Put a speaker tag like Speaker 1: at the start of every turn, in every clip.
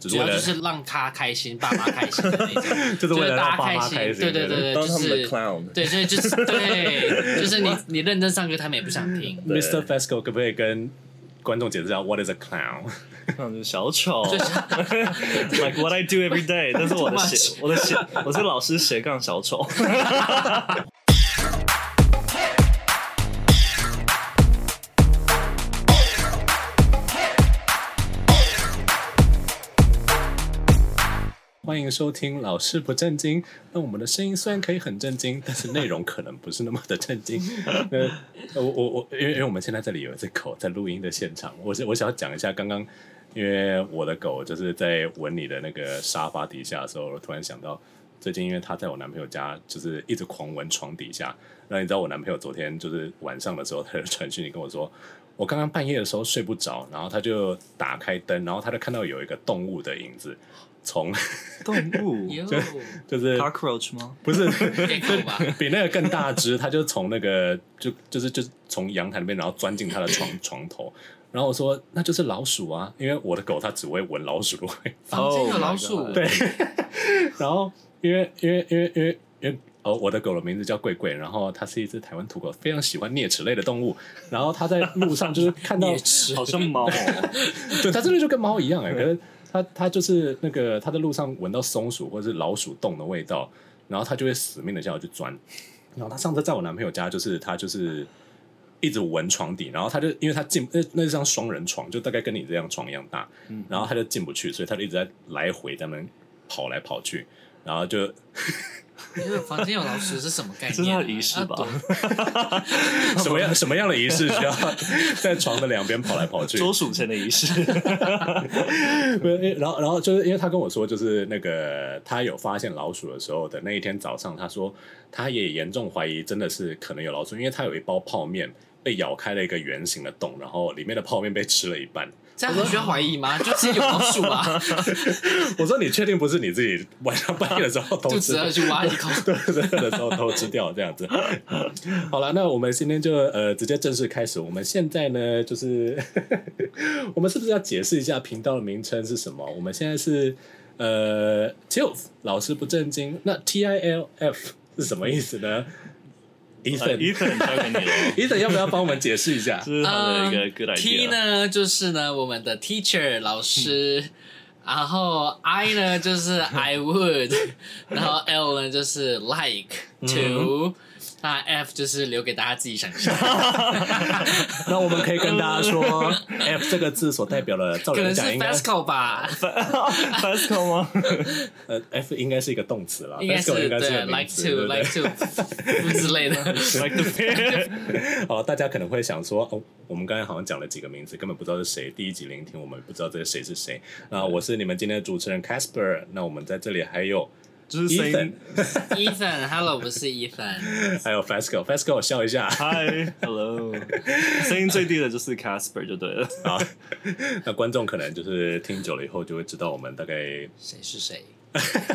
Speaker 1: 只
Speaker 2: 主
Speaker 1: 是为
Speaker 2: 要就
Speaker 1: 了
Speaker 2: 是让他开心，爸妈开心的那 种，
Speaker 1: 就是为了让爸妈
Speaker 2: 就是大家开
Speaker 1: 开
Speaker 2: 心
Speaker 1: 心，
Speaker 2: 对对对对
Speaker 3: 当他们
Speaker 2: 就
Speaker 3: 的
Speaker 2: 是
Speaker 3: clown，
Speaker 2: 对，所以就是对，就是 你你认真上课，他们也不想 听。
Speaker 3: 对
Speaker 1: Mr. Fesco 可不可以跟观众解释一下 What is a clown？
Speaker 4: 那种小丑
Speaker 2: 就是
Speaker 4: ，like what I do every day，但是我的
Speaker 2: Too
Speaker 4: 斜，我的斜，我是老师斜杠 小丑。
Speaker 1: 欢迎收听《老师不正经》。那我们的声音虽然可以很正经，但是内容可能不是那么的正经。呃，我我我，因为因为我们现在这里有一只狗在录音的现场，我是我想要讲一下刚刚，因为我的狗就是在闻你的那个沙发底下的时候，我突然想到，最近因为它在我男朋友家就是一直狂闻床底下，那你知道我男朋友昨天就是晚上的时候，他就传讯息跟我说，我刚刚半夜的时候睡不着，然后他就打开灯，然后他就看到有一个动物的影子从。
Speaker 4: 动物
Speaker 2: 哟，
Speaker 1: 就是
Speaker 4: cockroach 吗？
Speaker 1: 不是
Speaker 2: 给狗 吧，
Speaker 1: 比那个更大只，他就从那个 就就是就是从阳台那边，然后钻进他的床床头。然后我说那就是老鼠啊，因为我的狗它只会闻老鼠的味。
Speaker 2: 房间有老
Speaker 4: Oh
Speaker 2: 鼠
Speaker 4: my，god
Speaker 1: 对， 然后因为因为因为因为因为哦，我的狗的名字叫贵贵，然后它是一只台湾土狗，非常喜欢啮齿类的动物。然后它在路上就是看 到
Speaker 4: 好像猫哦，
Speaker 1: 对，它真的就跟猫一样哎、可是它它就是那个它在路上闻到松鼠或者是老鼠洞的味道，然后它就会死命的想要去钻。然后它上次在我男朋友家，就是它就是一直闻床底，然后它就因为它进那那张双人床，就大概跟你这张床一样大，然后它就进不去，所以它就一直在来回在那边跑来跑去，然后就
Speaker 2: 你说房间有老鼠是什么概念啊？
Speaker 4: 这是它的仪式吧
Speaker 2: 要躲
Speaker 1: 什么样什么样的仪式需要 在床的两边跑来 跑去，
Speaker 4: 捉鼠前的仪式。
Speaker 1: 不是，因为然后然后就是因为他跟我说，就是那个他有发现老鼠的时候的那一天早上，他说他也严重怀疑真的是可能有老鼠，因为他有一包泡面被咬开了一个圆形的洞，然后里面的泡面被吃了一半。
Speaker 2: 这样很需要怀疑吗？就是有老鼠啊，
Speaker 1: 我说你确定不是你自己晚上半夜的时候偷
Speaker 2: 肚
Speaker 1: 吃
Speaker 2: 子
Speaker 1: 的？
Speaker 2: 饿去挖一口。
Speaker 1: 对对对的时候偷吃掉这样子。好了，那我们今天就呃直接正式开始。我们现在呢，就是我们是不是要解释一下频道的名称是什么？我们现在是呃 TILF 老师不正经，那 TILF 是什么意思呢？Ethan。
Speaker 4: 呃 Ethan 交给你了，
Speaker 1: Ethan 要不要帮我们解释一下
Speaker 4: 这？是他的一
Speaker 2: 嗯
Speaker 4: 个 good
Speaker 2: T
Speaker 4: idea。
Speaker 2: 呢，就是呢我们的 teacher 老师，然后 I 呢就是 I would，然 后 L 呢就是 like
Speaker 1: Mm-hmm
Speaker 2: to，那 F 就是留给大家自己 想象，
Speaker 1: 那我们可以跟大家说，F 这个字所代表的，照 理
Speaker 2: 可
Speaker 1: 来
Speaker 2: 能是
Speaker 1: 讲应该
Speaker 2: Fasco 吧，
Speaker 4: Fasco 吗？
Speaker 1: 呃 F 应该是一个动词啦，
Speaker 2: 应该
Speaker 1: Fasco
Speaker 2: 是
Speaker 1: 应该是
Speaker 2: 对
Speaker 1: 个名
Speaker 2: like
Speaker 1: 词对
Speaker 2: to
Speaker 1: 不对
Speaker 2: like to 之 类的。
Speaker 4: Like the fish，
Speaker 1: 好，哦大家可能会想说，哦，我们刚才好像讲了几个名字，根本不知道是谁。第一集聆听，我们不知道这是谁是谁。那我是你们今天的主持人 Casper。那我们在这里还有
Speaker 4: 就是声
Speaker 1: Ethan，
Speaker 4: 音。
Speaker 2: Ethan，Hello，我是 Ethan，
Speaker 1: 还有 Fasco，Fasco 笑一下。
Speaker 4: Hi，Hello，声音最低的就是 Casper 就对了。
Speaker 1: 好，那观众可能就是听久了以后就会知道我们大概
Speaker 2: 谁是谁？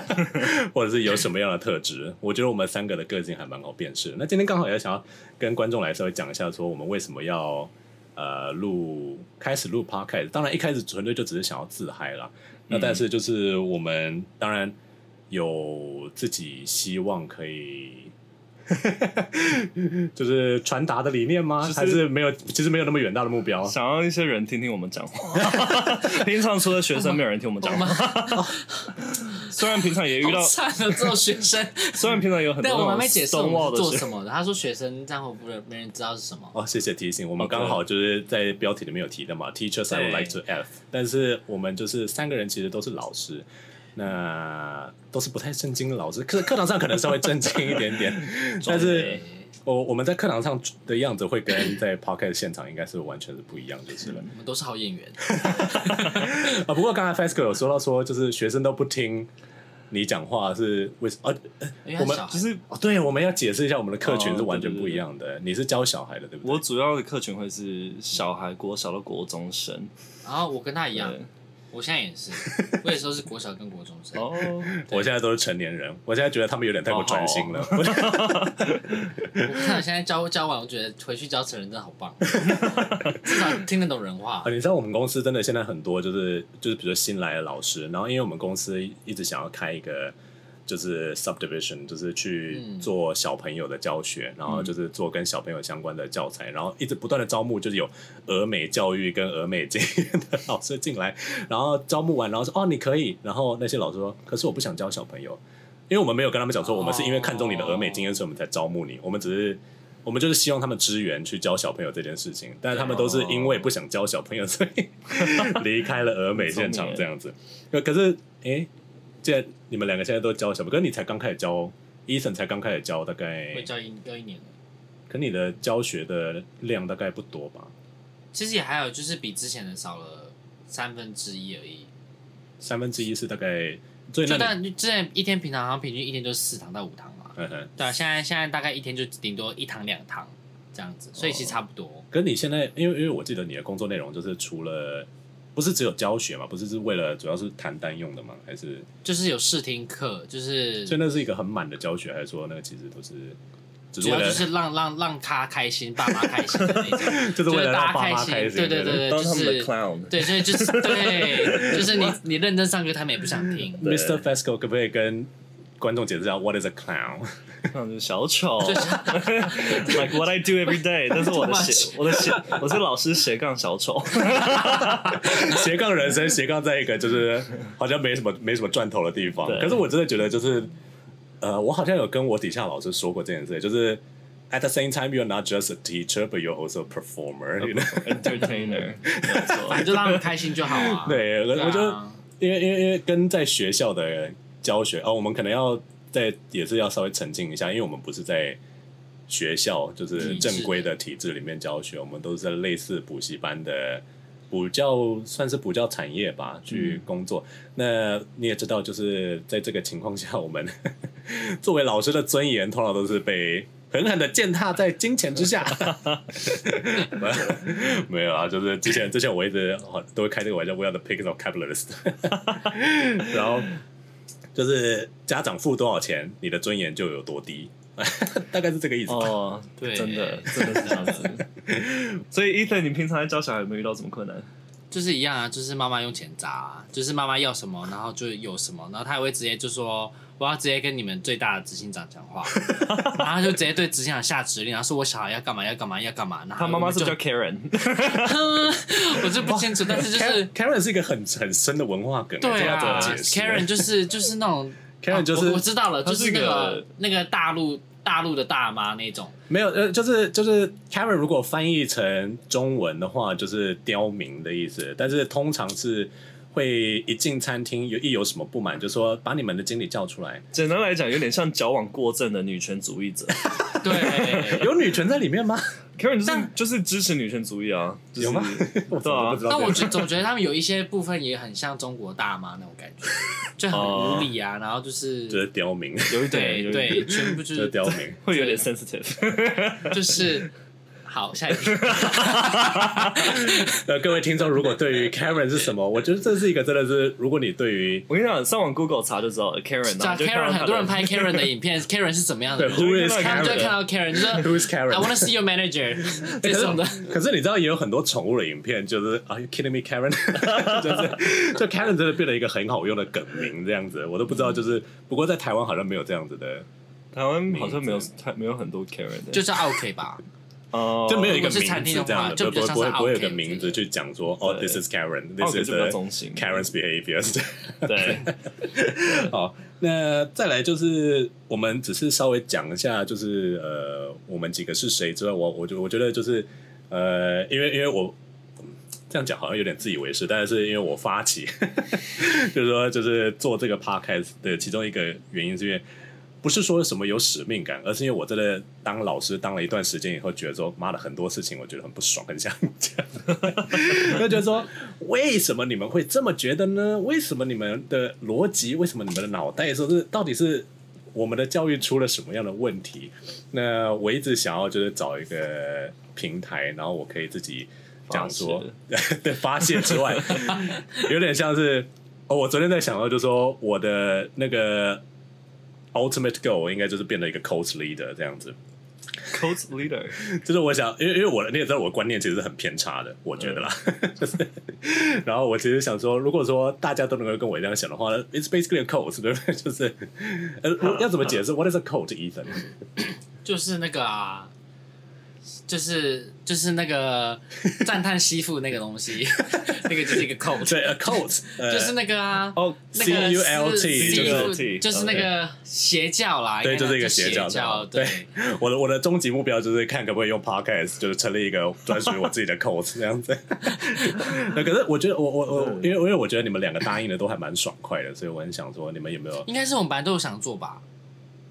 Speaker 1: 或者是有什么样的特质。我觉得我们三个的个性还蛮好辨识。那今天刚好也想要跟观众来稍微讲一下，说我们为什么要呃录开始录 podcast。当然一开始纯粹就只是想要自嗨啦。
Speaker 4: 嗯
Speaker 1: 那但是就是我们当然有自己希望可 以。就是传达的理念吗？
Speaker 4: 是
Speaker 1: 还是没有？其实没有那么远大的目标。
Speaker 4: 想要一些人听听我们讲话。 平常除了学生，没有人听我们讲话。 虽然平常也遇到
Speaker 2: 好，惨了，只有学 生。
Speaker 4: 虽然平常有很多
Speaker 2: 对，我们还没解释我们
Speaker 4: 的
Speaker 2: 是做
Speaker 4: 事
Speaker 2: 什么的。他说学生这样会不会没人知道是什么？
Speaker 1: 哦，谢谢提醒。我们
Speaker 4: OK
Speaker 1: 刚好就是在标题里面有提的嘛，Teachers I would
Speaker 2: 对
Speaker 1: like to F，但是我们就是三个人其实都是老师，那都是不太正经的老师，课课堂上可能稍微正经一点点，但是
Speaker 2: 对
Speaker 1: 我我们在课堂上的样子会跟在 podcast 现场应该是完全是不一样，就是了。
Speaker 2: 我们都是好演员。
Speaker 1: 啊，不过刚才 Fasco 有说到说，就是学生都不听你讲话是为什么？啊
Speaker 2: 因
Speaker 1: 我
Speaker 2: 为他
Speaker 1: 们
Speaker 2: 小孩
Speaker 4: 就是
Speaker 1: 哦，对，我们要解释一下，我们的客群
Speaker 4: 哦
Speaker 1: 是完全
Speaker 4: 对对
Speaker 1: 不
Speaker 4: 对
Speaker 1: 一样的。你是教小孩的，对不对？
Speaker 4: 我主要的客群会是小孩，国小到国中生。
Speaker 2: 然后我跟他一样，
Speaker 4: 对，
Speaker 2: 我现在 也是，我有时候是国小跟国中生。
Speaker 4: 哦，
Speaker 1: 我现在都是成年人，我现在觉得他们有点太过专心了。
Speaker 2: 我看我现在教教完，我觉得回去教成人真的好 棒，至少听得懂人话
Speaker 1: 啊，。你知道我们公司真的现在很多就是就是比如说新来的老师，然后因为我们公司一直想要开一个就是 subdivision，就是去
Speaker 2: 嗯
Speaker 1: 做小朋友的教学，然后就是做跟小朋友相关的教材，然后一直不断的招募，就是有俄美教育跟俄美经验的老师进来，然后招募完，然后说哦你可以，然后那些老师说可是我不想教小朋友，因为我们没有跟他们讲说我们是因为看中你的俄美经验，所以我们才招募你，我们只是。我们就是希望他们支援去教小朋友这件事情，但是他们都是因为不想教小朋友，所以离开了俄美现场这样子。可可是，诶，既然你们两个现在都教小朋友，可是你才刚开始教，伊森才刚开始教，大概
Speaker 2: 我，教一教一年了，
Speaker 1: 可你的教学的量大概不多吧？
Speaker 2: 其实也还有，就是比之前的少了三分之一而已。
Speaker 1: 三分之一是大概，所以
Speaker 2: 就
Speaker 1: 那你，
Speaker 2: 但之前一天平常好像平均一天就四堂到五堂嘛，
Speaker 1: 嗯哼，
Speaker 2: 对啊，现在现在大概一天就顶多一堂两堂这样子，所以其
Speaker 1: 哦
Speaker 2: 实差不多。
Speaker 1: 可是你现在，因为因为我记得你的工作内容就是除了不是只有教学嘛，不是是为了主要是谈单用的吗？还是
Speaker 2: 就是有试听课，就是
Speaker 1: 所以那是一个很满的教学，还是说那个其实都是只
Speaker 2: 主
Speaker 1: 是为
Speaker 2: 要就
Speaker 1: 了
Speaker 2: 是让让让他开心，爸妈开心的那种，
Speaker 1: 就是为了
Speaker 2: 大
Speaker 1: 让
Speaker 2: 家
Speaker 1: 爸妈
Speaker 2: 心，
Speaker 1: 开
Speaker 2: 对对
Speaker 1: 对
Speaker 2: 对对，
Speaker 4: 当
Speaker 2: 就
Speaker 4: 他们的
Speaker 2: 是
Speaker 4: clown，
Speaker 2: 对，所以就是对，就 是你你认真上课，他们也不想听。
Speaker 4: 对
Speaker 1: Mr. Fesco 可不可以跟观众解释一下 What is a clown？
Speaker 4: 那种小丑
Speaker 2: 就是
Speaker 4: ，like what I do every day，但是我 的
Speaker 2: Too much
Speaker 4: 斜，我的斜，我是老师斜杠小丑，
Speaker 1: 斜杠人生，斜杠在一个就是好像没什么没什么赚头的地方。
Speaker 4: 对
Speaker 1: 可是我真的觉得就是，呃，我好像有跟我底下老师说过这件事，就是 At the same time, you're not just a teacher, but you're also a performer. you know？
Speaker 4: entertainer，
Speaker 2: 反正就让他们开心就好 啊。
Speaker 1: 对，我
Speaker 2: 啊
Speaker 1: 我就因为因为因为跟在学校的教学哦，我们可能要在也是要稍微澄清一下，因为我们不是在学校就是
Speaker 2: 体制
Speaker 1: 正规的体制里面教学，我们都是在类似补习班的补教算是补教产业吧去工作。那你也知道，就是在这个情况下，我们 作为老师的尊严通常都是被。狠狠的践踏在金钱之下，没有啊，就是之前之前我一直好都会开这个玩笑，We are the pigs of capitalists，然后就是家长付多少钱，你的尊严就有多低， 大概是这个意思吧。
Speaker 4: 哦，
Speaker 2: 对
Speaker 4: 真的真的是这样子。所以 Ethan，你平常在教小孩有没有遇到什么困难？
Speaker 2: 就是一样啊，就是妈妈用钱砸啊、就是妈妈要什么，然后就有什么，然后他也会直接就说我要直接跟你们最大的执行长讲 话，然后他就直接对执行长下指令，然后说我小孩要干嘛要干嘛要干嘛，然后
Speaker 4: 他妈妈是
Speaker 2: 哎我就
Speaker 4: 不是叫 Karen，
Speaker 2: 我就不清 楚，但是就
Speaker 1: Karen-
Speaker 2: 是
Speaker 1: Karen 是一个很很深的文化梗，
Speaker 2: 对
Speaker 1: 这
Speaker 2: 啊
Speaker 1: 要怎么解释
Speaker 2: ，Karen 就是就是那种
Speaker 1: Karen 就是
Speaker 2: 啊我我知道了，
Speaker 4: 她
Speaker 2: 就是是
Speaker 4: 一个
Speaker 2: 那个那个大陆大陆的大妈 那种，
Speaker 1: 没有呃，就是就是 Karen 如果翻译成中文的话，就是刁民的意思，但是通常是会一进餐厅有一有什么不满，就说把你们的经理叫出来，
Speaker 4: 简单来讲，有点像矫枉过正的女权主义者。
Speaker 2: 对。
Speaker 1: 有女权在里面吗？
Speaker 4: Karen 就是就是支持女权主义啊，就是
Speaker 1: 有吗？ 我怎
Speaker 4: 对
Speaker 1: 么
Speaker 4: 啊
Speaker 1: 不知，道
Speaker 2: 但
Speaker 1: 这
Speaker 2: 我
Speaker 1: 个
Speaker 2: 觉总觉得他们有一些部分也很像中国大妈那种感觉，就很无理啊，然后就是
Speaker 1: 就是刁 民，
Speaker 4: 有一点，有
Speaker 2: 对
Speaker 4: 一
Speaker 2: 对，
Speaker 4: 点
Speaker 2: 全部就
Speaker 1: 就是
Speaker 2: 是
Speaker 1: 刁民。
Speaker 4: 会有点 sensitive。
Speaker 2: 就是好，下一题。
Speaker 1: 呃，各位听众，如果对于 Karen 是什么，我觉得这是一个真的是，如果你对于
Speaker 4: 我跟你讲，上网 Google 查就知道了 Karen
Speaker 2: 对
Speaker 4: 啊
Speaker 2: 啊
Speaker 4: 就看
Speaker 2: ，Karen
Speaker 4: 到她的
Speaker 2: 很多人拍 Karen 的影片，Karen 是怎么样的
Speaker 1: 对
Speaker 2: 人？
Speaker 1: Who is
Speaker 2: 他们就会看
Speaker 1: Karen？Who
Speaker 2: 到 Karen，就说
Speaker 1: is
Speaker 2: I
Speaker 1: Karen？哎
Speaker 2: wanna see your manager 这种的。
Speaker 1: 可是你知道，也有很多宠物的影片，就是 Are you kidding me, Karen？就是就 Karen 真的变得一个很好用的梗名这样子，我都不知道。就是不过在台湾好像没有这样子的，
Speaker 4: 台湾好像没有太没有很多 Karen 的，
Speaker 2: 就叫 OK 吧，
Speaker 4: 哦
Speaker 1: 就没有一个
Speaker 2: 如果
Speaker 1: 名
Speaker 2: 是餐厅
Speaker 1: 字
Speaker 2: 的
Speaker 1: 这样
Speaker 2: 话
Speaker 1: 的，
Speaker 2: 就
Speaker 1: 不
Speaker 2: 比较
Speaker 1: 不不
Speaker 2: 像
Speaker 1: 会
Speaker 2: 是
Speaker 1: 不会有个
Speaker 2: OK
Speaker 1: 名字去讲说哦
Speaker 4: 对
Speaker 1: ，This is Karen，This
Speaker 4: OK
Speaker 1: is
Speaker 4: 就比较中性
Speaker 1: Karen's behaviors。
Speaker 4: 对，
Speaker 1: 好，那再来就是我们只是稍微讲一下，就是呃，我们几个是谁之外，我我就我觉得就是呃，因为因为我嗯这样讲好像有点自以为是，但是因为我发起， 就是说就是做这个 podcast 的其中一个原因是因为。不是说什么有使命感，而是因为我真的当老师当了一段时间以后，觉得说妈的很多事情我觉得很不爽，很想讲， 就觉得说为什么你们会这么觉得呢？为什么你们的逻辑，为什么你们的脑袋说是到底是我们的教育出了什么样的问题？那我一直想要就是找一个平台，然后我可以自己讲说， 对发泄之外，有点像是哦，我昨天在想到，就说我的那个 ultimate goal 应该就是变得一个 coach leader 这样子。
Speaker 4: ，coach leader，
Speaker 1: 就是我想，因为因为我的你也知道，我的观念其实是很偏差的，我觉得啦。 就是，然后我其实想说，如果说大家都能够跟我这样想的话，it's basically a cult，对不对？就是呃，要怎么解释 what is a cult，Ethan？
Speaker 2: 就是那个啊，就是就是那个 赞叹吸附那个东西， 那个就是一个 cult，
Speaker 1: 对，a cult，呃
Speaker 2: 就是那个啊，
Speaker 4: 哦
Speaker 2: 那个
Speaker 1: CULT
Speaker 2: 是
Speaker 1: 就是
Speaker 2: 是
Speaker 4: CULT
Speaker 2: 就是那个邪教啦，
Speaker 1: 对，
Speaker 2: 应该
Speaker 1: 就是一个
Speaker 2: 邪
Speaker 1: 邪教
Speaker 2: 教，
Speaker 1: 的。对，我的我的终极目标就是看可不可以用 podcast，就是成立一个专属于我自己的 cult 这样子。 那可是我觉得我我我，因为因为我觉得你们两个答应的都还蛮爽快的，所以我很想说，你们有没有
Speaker 2: 应该是我们本来都有想做吧，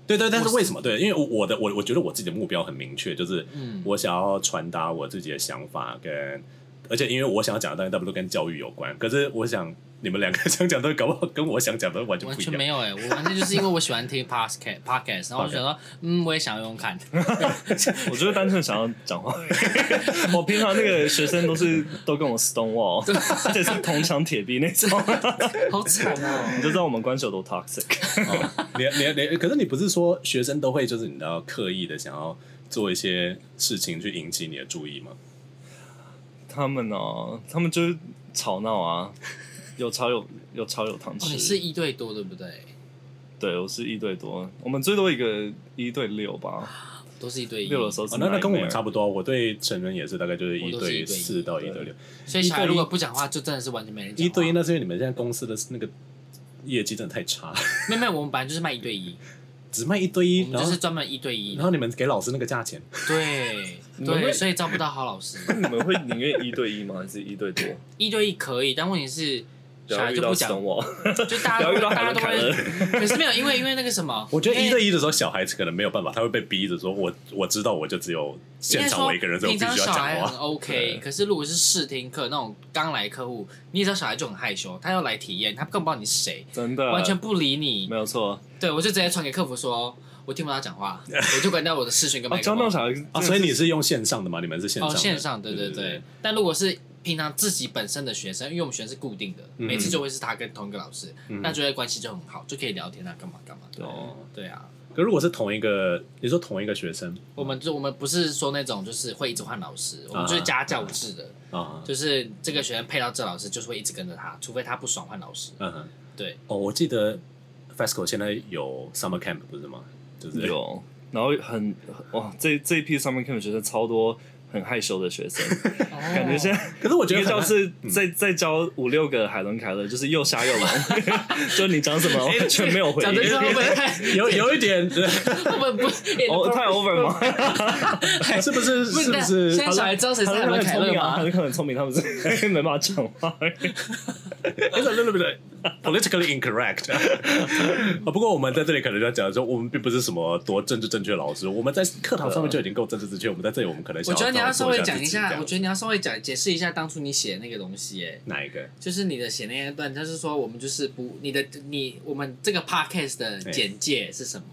Speaker 1: 对对，但是为什么？对，因为我我的我我觉得我自己的目标很明确，就是
Speaker 2: 嗯
Speaker 1: 我想要传达我自己的想法跟，而且因为我想要讲的东西大部分都跟教育有关，可是我想你们两个想讲的搞不好跟我想讲的完全
Speaker 2: 完
Speaker 1: 不一
Speaker 2: 全
Speaker 1: 样
Speaker 2: 没。有哎、我完全就是因为我喜欢听 podcast podcast，然后我就想说，嗯，我也想用用看，
Speaker 4: 我就是单纯想要讲话。我平常那个学生都是都跟我 stone wall，而且是铜墙铁壁那种，
Speaker 2: 好惨哦、
Speaker 4: 你就知道我们关系有多 toxic。
Speaker 1: 你你你，可是你不是说学生都会就是你知道刻意的想要做一些事情去引起你的注意吗？
Speaker 4: 他们哦，他们就是吵闹啊，有吵有有吵有糖
Speaker 2: 哦你是
Speaker 4: 吃。
Speaker 2: 一对多对不对？
Speaker 4: 对，我是一对多，我们最多一个一对六吧，
Speaker 2: 都是一对一，
Speaker 4: 六的时候是
Speaker 1: 哦，那那跟我们
Speaker 4: nightmare
Speaker 1: 差不多，我对成人也是大概就是
Speaker 2: 我
Speaker 1: 一
Speaker 2: 都是
Speaker 1: 对
Speaker 2: 一对一
Speaker 1: 四到一对六，
Speaker 2: 所以小孩如果不讲话，就真的是完全没人讲话。
Speaker 1: 一对一那是因为你们现在公司的那个业绩真的太差，
Speaker 2: 没有没有，我们本来就是卖一对一，
Speaker 1: 只卖一对
Speaker 2: 我
Speaker 1: 一，
Speaker 2: 们
Speaker 1: 然
Speaker 2: 就
Speaker 1: 后
Speaker 2: 是专门一对一
Speaker 1: 然。后你们给老师那个价钱。
Speaker 2: 对
Speaker 4: 们
Speaker 2: 对，
Speaker 4: 会
Speaker 2: 所以招不到好老师。
Speaker 4: 你们会宁愿一对一吗？还是一对多？
Speaker 2: 一对一可以，但问题是
Speaker 4: 不
Speaker 2: 小
Speaker 4: 要
Speaker 2: 孩
Speaker 4: 遇
Speaker 2: 就
Speaker 4: 到
Speaker 2: 不讲，
Speaker 4: stone wall，
Speaker 2: 就大家
Speaker 4: 不要遇到
Speaker 2: 大家
Speaker 4: 海伦
Speaker 2: 都
Speaker 4: 凯勒
Speaker 2: 会。。 可是没有，因为因为那个什么，
Speaker 1: 我觉得
Speaker 2: 因为
Speaker 1: 一对一的时候，小孩子可能没有办法，他会被逼着说：“我我知道，我就只有现场我一个人，所以我
Speaker 2: 平
Speaker 1: 必
Speaker 2: 常
Speaker 1: 须要
Speaker 2: 小
Speaker 1: 讲
Speaker 2: 孩啊很
Speaker 1: 话。
Speaker 2: OK，可是如果是试听课那种刚来客户，你也知道小孩就很害羞，他要来体验，他更不知道你是谁，
Speaker 4: 真
Speaker 1: 呃
Speaker 4: 的
Speaker 2: 完全不理你
Speaker 4: 没。有错。
Speaker 2: 对我就直接传给客服说，我听不到他讲 话，我就关掉我的视讯跟
Speaker 4: 啊，
Speaker 2: 麦克
Speaker 4: 教那
Speaker 2: 风。
Speaker 4: 小孩
Speaker 1: 啊，所以你是用线上的吗？你们是线上
Speaker 2: 哦，
Speaker 1: 的？
Speaker 2: 线上，对对
Speaker 1: 对
Speaker 2: 对。但如果是平常自己本身的学生，因为我们学生是固定的，
Speaker 1: 嗯
Speaker 2: 每次就会是他跟同一个老师，那就会关系就很好，就可以聊天啊，干嘛干嘛的。
Speaker 4: 哦，
Speaker 2: 对啊，
Speaker 1: 可如果是同一个，你说同一个学生
Speaker 2: 我们就我们不是说那种就是会一直换老师，我们就是家教制的，
Speaker 1: 啊，
Speaker 2: 就是这个学生配到这老师，就是会一直跟着他，除非他不爽换老师。
Speaker 1: 嗯哼，
Speaker 2: 对，
Speaker 1: 哦，我记得 FESCO 现在有 summer camp 不是吗？就是
Speaker 4: 有，然后很哇，这这一批 summer camp 学生超多很害羞的学 生，感觉现在。
Speaker 1: 可是我觉
Speaker 4: 一
Speaker 1: 得很
Speaker 4: 个教
Speaker 1: 难
Speaker 4: 室
Speaker 2: 嗯
Speaker 4: 再再教五六个海伦凯勒，就是又瞎又聋， 就你讲什么完全没有回
Speaker 2: 哎讲这句话会
Speaker 4: 应。
Speaker 2: 不会太
Speaker 1: 有有一点，
Speaker 2: 会哎不会
Speaker 4: 哦，太 over 吗？
Speaker 1: 是不是？是不
Speaker 2: 是
Speaker 1: 是？
Speaker 2: 现在小孩知道谁是海
Speaker 4: 海伦
Speaker 2: 伦
Speaker 4: 凯
Speaker 2: 凯勒
Speaker 4: 勒很聪明啊，海
Speaker 2: 吗？
Speaker 4: 伦凯勒很聪明，他们是 没办法讲话而已。
Speaker 1: It's a little bit politically incorrect 啊不过我们在这里可能要讲说，我们并不是什么多政治正确的老师，我们在课堂上面就已经够政治正确。我们在这里，我们可能
Speaker 2: 我
Speaker 1: 想
Speaker 2: 觉得你要稍
Speaker 1: 做
Speaker 2: 微
Speaker 1: 一
Speaker 2: 讲
Speaker 1: 下自
Speaker 2: 一
Speaker 1: 己这
Speaker 2: 下，
Speaker 1: 样，
Speaker 2: 我觉得你要稍微讲解释一下当初你写的那个东西，哎，
Speaker 1: 哪一个？
Speaker 2: 就是你的写那一段，就是说我们就是不你的你我们这个 podcast 的简介是什么？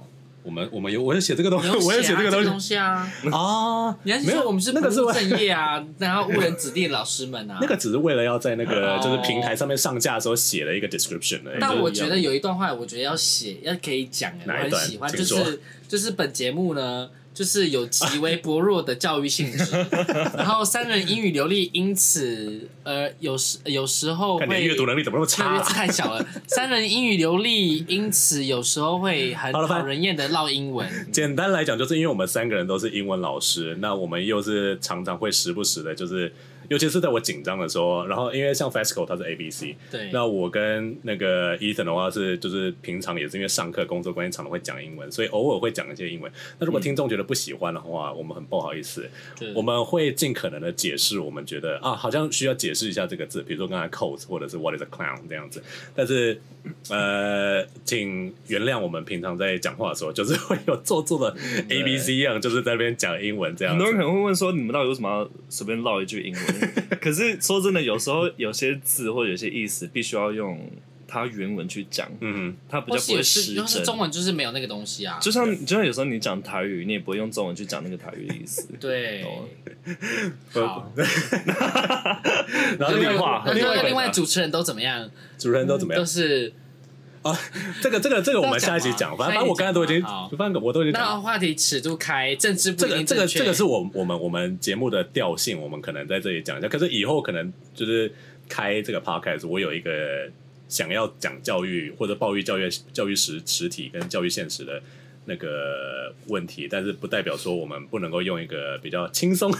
Speaker 1: 我们我们有，我有写这个东
Speaker 2: 你
Speaker 1: 西，
Speaker 2: 有
Speaker 1: 哎 我有
Speaker 2: 写
Speaker 1: 写
Speaker 2: 啊
Speaker 1: 这个
Speaker 2: 这
Speaker 1: 东
Speaker 2: 东
Speaker 1: 西
Speaker 2: 西啊，
Speaker 1: 啊。
Speaker 2: 你要是
Speaker 1: 没有
Speaker 2: 说我们是
Speaker 1: 那
Speaker 2: 不
Speaker 1: 个是
Speaker 2: 务
Speaker 1: 我
Speaker 2: 正 业啊，然后误人子弟的老师们啊，
Speaker 1: 那个只是为了要在那个
Speaker 2: 哦
Speaker 1: 就是平台上面上架的时候写了一个 description 而已。
Speaker 2: 但我觉
Speaker 1: 就是
Speaker 2: 得有一段话，我觉得要写，要可以讲、欸，
Speaker 1: 哪
Speaker 2: 我
Speaker 1: 一
Speaker 2: 很
Speaker 1: 段
Speaker 2: 喜欢，就
Speaker 1: 请说
Speaker 2: 是就是本节目呢，就是有极为薄弱的教育性质， 然后三人英语流利，因此呃有时有时候
Speaker 1: 看你的
Speaker 2: 会
Speaker 1: 阅读能力怎么那么差
Speaker 2: 那个字
Speaker 1: 啊？
Speaker 2: 太小了，三人英语流利，因此有时候会很
Speaker 1: 好了吧
Speaker 2: 讨人厌的唠英文。
Speaker 1: 简单来讲，就是因为我们三个人都是英文老师，那我们又是常常会时不时的，就是尤其是在我紧张的时候，然后因为像 FESCO 它是 ABC，
Speaker 2: 对，
Speaker 1: 那我跟那个 Ethan 的话是，就是平常也是因为上课、工作关系，常常会讲英文，所以偶尔会讲一些英文。那如果听众觉得不喜欢的话，我们很不好意思，
Speaker 2: 对
Speaker 1: 我们会尽可能的解释，我们觉得啊，好像需要解释一下这个字，比如说刚才 coat 或者是 what is a clown 这样子。但是呃，请原谅我们平常在讲话的时候，就是会有做作的 A B C 一样，就是在那边讲英文这样
Speaker 4: 很
Speaker 1: 子
Speaker 4: 多。人可能会问说，你们到底为什么要随便 唠一句英文？可是说真的，有时候有些字或者有些意思，必须要用它原文去讲，
Speaker 1: 嗯
Speaker 4: 它比
Speaker 2: 或
Speaker 4: 较
Speaker 2: 是
Speaker 4: 不会
Speaker 2: 有
Speaker 4: 失
Speaker 2: 是要是
Speaker 4: 真。
Speaker 2: 中文就是没有那个东西啊。
Speaker 4: 就像就像有时候你讲台语，你也不会用中文去讲那个台语的意 思。
Speaker 2: 对，
Speaker 4: 哦
Speaker 2: 好，
Speaker 1: 哼，然后
Speaker 2: 那
Speaker 1: 另
Speaker 4: 另外
Speaker 2: 那
Speaker 1: 另
Speaker 2: 那
Speaker 1: 外一个
Speaker 2: 另外主持人都怎么样？
Speaker 1: 主人啊都怎么样
Speaker 2: 都？是
Speaker 1: 啊，这个这个这个我们下一集
Speaker 2: 要讲
Speaker 1: 讲，
Speaker 2: 吗
Speaker 1: 反正反正我刚才都已经
Speaker 2: 下一集讲吗好，
Speaker 1: 反正我都已经
Speaker 2: 那
Speaker 1: 讲。
Speaker 2: 话题尺度开，政治不
Speaker 1: 这
Speaker 2: 一
Speaker 1: 个
Speaker 2: 定
Speaker 1: 这个
Speaker 2: 正确
Speaker 1: 这个是我我们我们节目的调性，我们可能在这里讲一下。可是以后可能就是开这个 podcast，我有一个想要讲教育或者暴育教育教育实实体跟教育现实的那个问题，但是不代表说我们不能够用一个比较轻 松、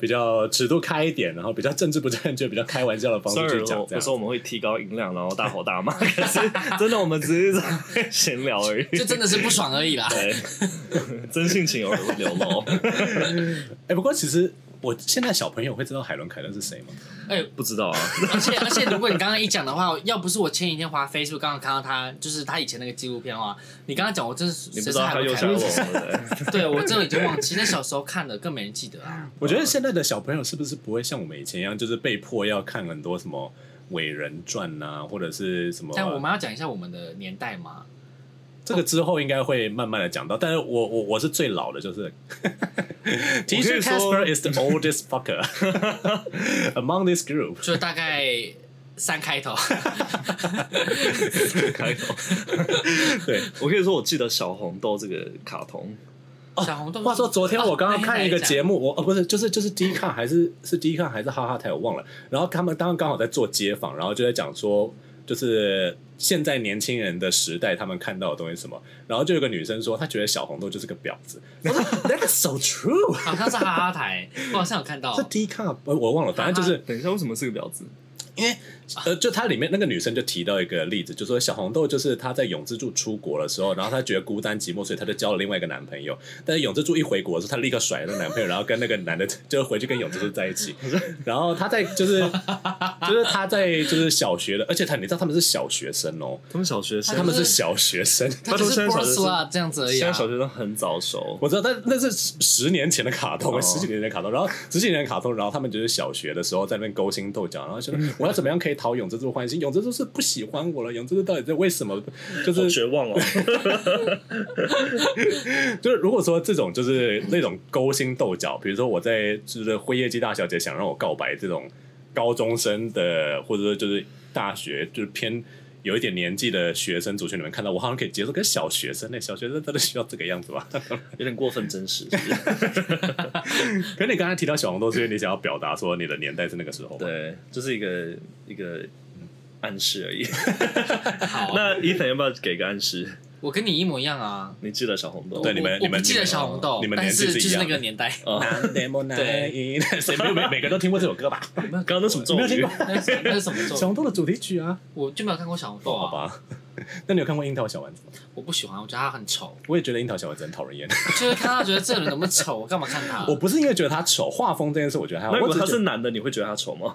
Speaker 1: 比较尺度开一点，然后比较政治不正确、比较开玩笑的方
Speaker 4: 虽
Speaker 1: 式去
Speaker 4: 然
Speaker 1: 讲
Speaker 4: 我
Speaker 1: 这
Speaker 4: 有时候
Speaker 1: 样。
Speaker 4: 我们会提高音量，然后大吼大骂， 可是 真的我们只是在闲聊而已。
Speaker 2: 就真的是不爽而 已啦。
Speaker 4: 对，真性情偶尔会流露，
Speaker 1: 哎，不过其实我现在小朋友会知道海伦凯勒是谁吗？
Speaker 2: 哎，
Speaker 4: 不知道啊。
Speaker 2: 而且而且，如果你刚刚一讲的话，要不是我前几天滑 Facebook 刚好看到他，就是他以前那个纪录片的话，你刚刚讲我真是
Speaker 4: 你
Speaker 2: 谁
Speaker 4: 不知
Speaker 2: 是
Speaker 4: 道
Speaker 2: 海
Speaker 4: 他
Speaker 2: 伦
Speaker 4: 又
Speaker 2: 凯
Speaker 4: 想我，
Speaker 2: 勒
Speaker 4: 对不对？
Speaker 2: 对我真的已经忘记，那小时候看的更没人记得 啊。
Speaker 1: 我觉得现在的小朋友是不是不会像我们以前一样，就是被迫要看很多什么伟人传呐、或者是什么？
Speaker 2: 但我们要讲一下我们的年代嘛，
Speaker 1: 这个之后应该会慢慢的讲到。但是我我我是最老的，就是 Teacher
Speaker 4: 我可
Speaker 1: Casper
Speaker 4: 以说
Speaker 1: is the oldest fucker among this group。
Speaker 2: 就大概三 开头，
Speaker 4: 开头，
Speaker 1: 对，
Speaker 4: 我可以说，我记得小红豆这个卡通，
Speaker 2: 小红豆。
Speaker 1: 哦
Speaker 2: 啊
Speaker 1: 话说昨天我刚刚看一个节
Speaker 2: 目，
Speaker 1: 目，我哦不是就是就是 D 卡还是是 D 卡还是哈哈台我忘了，然后他们当刚好在做街访，然后就在讲说就是现在年轻人的时代他们看到的东西是什么，然后就有个女生说她觉得小红豆就是个婊子，我说 That's so true，
Speaker 2: 好像是哈哈台，我好像有看到
Speaker 1: 是 D 卡我我忘了，反正就是
Speaker 4: 等一下为什么是个婊子？
Speaker 1: 因为呃，就它里面那个女生就提到一个例子，就说小红豆就是她在永之助出国的时候，然后她觉得孤单寂寞，所以她就交了另外一个男朋友。但是永之助一回国的时候，她立刻甩了那个男朋友，然后跟那个男的就回去跟永之助在一 起。然后她在就是就是她在就是小学的，而且她你知道他们是小学生哦，
Speaker 4: 他们小学生，
Speaker 1: 他们是小学生。
Speaker 2: 他就是
Speaker 4: 现在
Speaker 2: b
Speaker 4: 小
Speaker 2: r
Speaker 4: 学
Speaker 2: s
Speaker 4: 生
Speaker 2: l a 这样子而已
Speaker 4: 现
Speaker 2: 啊
Speaker 4: 在。小学生很早熟，
Speaker 1: 我知道，但那是十十年前的卡通，
Speaker 4: 哦
Speaker 1: 十几年前的卡通，然后十几年前的卡通，然后他们就是小学的时候在那边勾心斗角，然后觉得
Speaker 4: 嗯
Speaker 1: 我要怎么样可以讨永之助欢心，永之助是不喜欢我了，永之助到底在为什么？就
Speaker 4: 好
Speaker 1: 是
Speaker 4: 绝望哦。
Speaker 1: 就是如果说这种就是那种勾心斗角，比如说我在就是灰夜姬大小姐想让我告白这种高中生的，或者说就是大学就是偏有一点年纪的学生族群里面看到，我好像可以接受，跟小学生那小学生真的需要这个样子吗？
Speaker 4: 有点过分真实，是不是
Speaker 1: 可是你刚才提到小红豆，是因为你想要表达说你的年代是那个时候吗，
Speaker 4: 对，就是一个一个暗示而已。
Speaker 1: 哦
Speaker 2: 好，啊
Speaker 4: 那伊森要不要给个暗示？
Speaker 2: 我跟你一模一样啊。
Speaker 4: 你记得小红豆？
Speaker 1: 对 你们
Speaker 2: 我
Speaker 1: 你
Speaker 2: 我
Speaker 1: 们
Speaker 2: 不记
Speaker 1: 你
Speaker 2: 得
Speaker 1: 们
Speaker 2: 小红豆
Speaker 1: 你，们
Speaker 2: 但
Speaker 1: 年纪
Speaker 2: 是
Speaker 1: 是
Speaker 2: 就
Speaker 1: 一
Speaker 2: 是
Speaker 1: 样
Speaker 2: 那个年代，
Speaker 4: 哦
Speaker 1: 难得莫
Speaker 2: 对
Speaker 1: 因，谁没有每 每个人都听过这首歌吧？
Speaker 4: 刚刚那什么咒
Speaker 1: 没有听
Speaker 4: 语
Speaker 1: 过？
Speaker 2: 那是什么那是什么
Speaker 1: 小
Speaker 2: 作？
Speaker 1: 红豆的主题曲啊，
Speaker 2: 我就没有看过小红豆
Speaker 1: 好
Speaker 2: 啊，
Speaker 1: 吧。那你有看过《樱桃小丸子》吗？
Speaker 2: 我不喜欢，我觉得他很丑，
Speaker 1: 我也觉得《樱桃小丸子》很讨人厌。
Speaker 4: 啊
Speaker 2: 就是看到觉得这个人怎么丑，我干嘛看他
Speaker 1: 我？不是因为觉得他丑，画风这件事我觉得还好。
Speaker 4: 那如
Speaker 1: 我
Speaker 4: 果
Speaker 1: 只
Speaker 4: 他
Speaker 1: 觉
Speaker 4: 是
Speaker 1: 得
Speaker 4: 男的，你会觉得他丑 吗？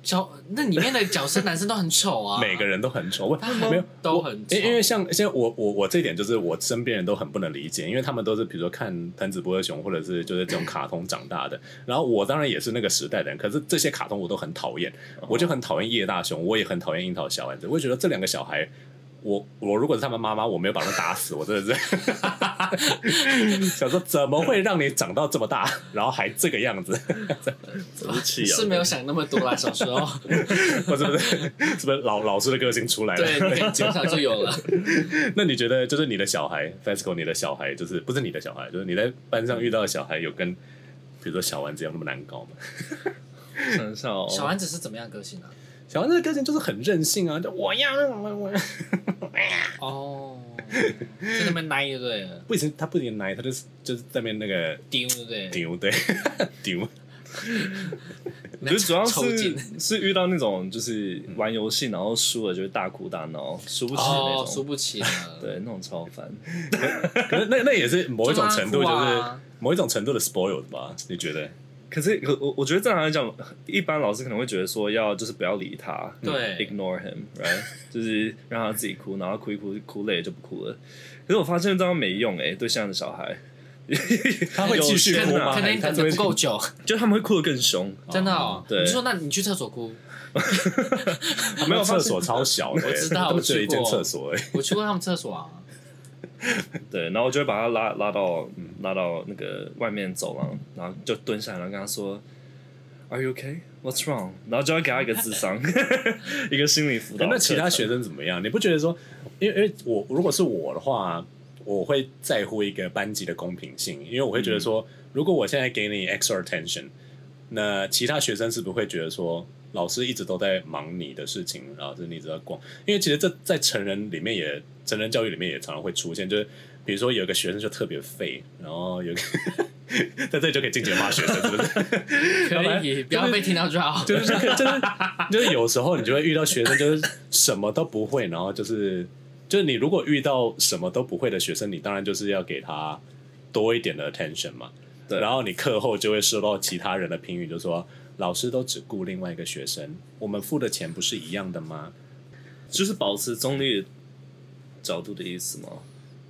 Speaker 2: 小那里面的角色男生都很丑啊，
Speaker 1: 每个人都很丑，我
Speaker 2: 他们
Speaker 1: 没有
Speaker 2: 都
Speaker 1: 我
Speaker 2: 很丑
Speaker 1: 因因为像现在我我我这一点就是我身边人都很不能理解，因为他们都是比如说看藤子不二雄或者是就是这种卡通长大的，然后我当然也是那个时代的人，可是这些卡通我都很讨厌，
Speaker 2: 嗯
Speaker 1: 我就很讨厌叶大雄，我也很讨厌樱桃小丸子，我会觉得这两个小孩。我我如果是他们妈妈，我没有把他们打死，我真的是 想说怎么会让你长到这么大，然后还这个样子，
Speaker 4: 我是气啊！
Speaker 2: 是没有想那么多啦，小时 候
Speaker 1: 我是不是是不是老老师的个性出来了？
Speaker 2: 对对，从小就有了。
Speaker 1: 那你觉得，就是你的小孩 f e s c o 你的小孩，就是不是你的小孩，就是你在班上遇到的小孩，有跟比如说小丸子一样那么难搞吗？
Speaker 4: 想一下哦，
Speaker 2: 小丸子是怎么样个性啊？
Speaker 1: 小丸子的个性就是很任性啊，就我要我我，
Speaker 2: 哦，在那边奶就对了，
Speaker 1: 不行，他不仅奶，他就是就是在那边那个
Speaker 2: 丢对不对？
Speaker 1: 丢对 丢，
Speaker 4: 我觉得主要
Speaker 2: 抽筋
Speaker 4: 是是遇到那种就是
Speaker 1: 嗯
Speaker 4: 玩游戏然后输了就会大哭大闹，输不起的
Speaker 2: 哦
Speaker 4: 那，
Speaker 2: 输
Speaker 4: 种。
Speaker 2: 不起了。
Speaker 4: 对，那种超烦。
Speaker 1: 可是那那也是某一种程 度，就
Speaker 2: 就让他哭
Speaker 1: 是
Speaker 2: 啊
Speaker 1: 某一种程度的 spoiled 吧？你觉得？
Speaker 4: 可是可我我觉得正常来讲，一般老师可能会觉得说要就是不要理他，
Speaker 2: 对，
Speaker 4: ignore him，right？就是 让他自己哭，然后哭一哭，哭累了就不哭了。可是我发现这样没用哎、对现在的小孩，
Speaker 1: 他会继续
Speaker 4: 有
Speaker 1: 哭
Speaker 4: 些人啊
Speaker 1: 吗？
Speaker 2: 可能你
Speaker 1: 他
Speaker 2: 等
Speaker 1: 只
Speaker 2: 的
Speaker 1: 会
Speaker 2: 不够久，
Speaker 4: 就他们会哭得更凶。
Speaker 2: 真的哦。
Speaker 4: 对
Speaker 2: 你说那你去厕所哭，
Speaker 1: 没有厕所超小的、欸，我
Speaker 2: 知道
Speaker 1: 只有一间
Speaker 2: 我去过
Speaker 1: 厕所、欸，
Speaker 2: 我去过他们厕 所啊，
Speaker 4: 对，然后我就会把他拉拉到嗯拉到那个外面走廊，然后就蹲下来，然后跟他说：“Are you okay? What's wrong？” 然后就要给他一个智商， 一个心理辅导
Speaker 1: 欸那
Speaker 4: 课程。
Speaker 1: 其他学生怎么样？你不觉得说，因为因为我如果是我的话，我会在乎一个班级的公平性，因为我会觉得说，
Speaker 4: 嗯
Speaker 1: 如果我现在给你 extra attention，那其他学生是不是会觉得说，老师一直都在忙你的事情，老师你一直在逛？因为其实这在成人里面也，成人教育里面也常常会出现，就是比如说有个学生就特别废，然后有个 在这里就可以尽情骂学生，是不是？
Speaker 2: 可以不要被听到就 好。
Speaker 1: 就是就是就是就是有时候你就会遇到学生，就是什么都不会，然后就是就是你如果遇到什么都不会的学生，你当然就是要给他多一点的 attention 嘛。
Speaker 4: 对
Speaker 1: 然后你课后就会收到其他人的评语，就说老师都只顾另外一个学生，我们付的钱不是一样的吗？
Speaker 4: 就是保持中立的角度的意思吗？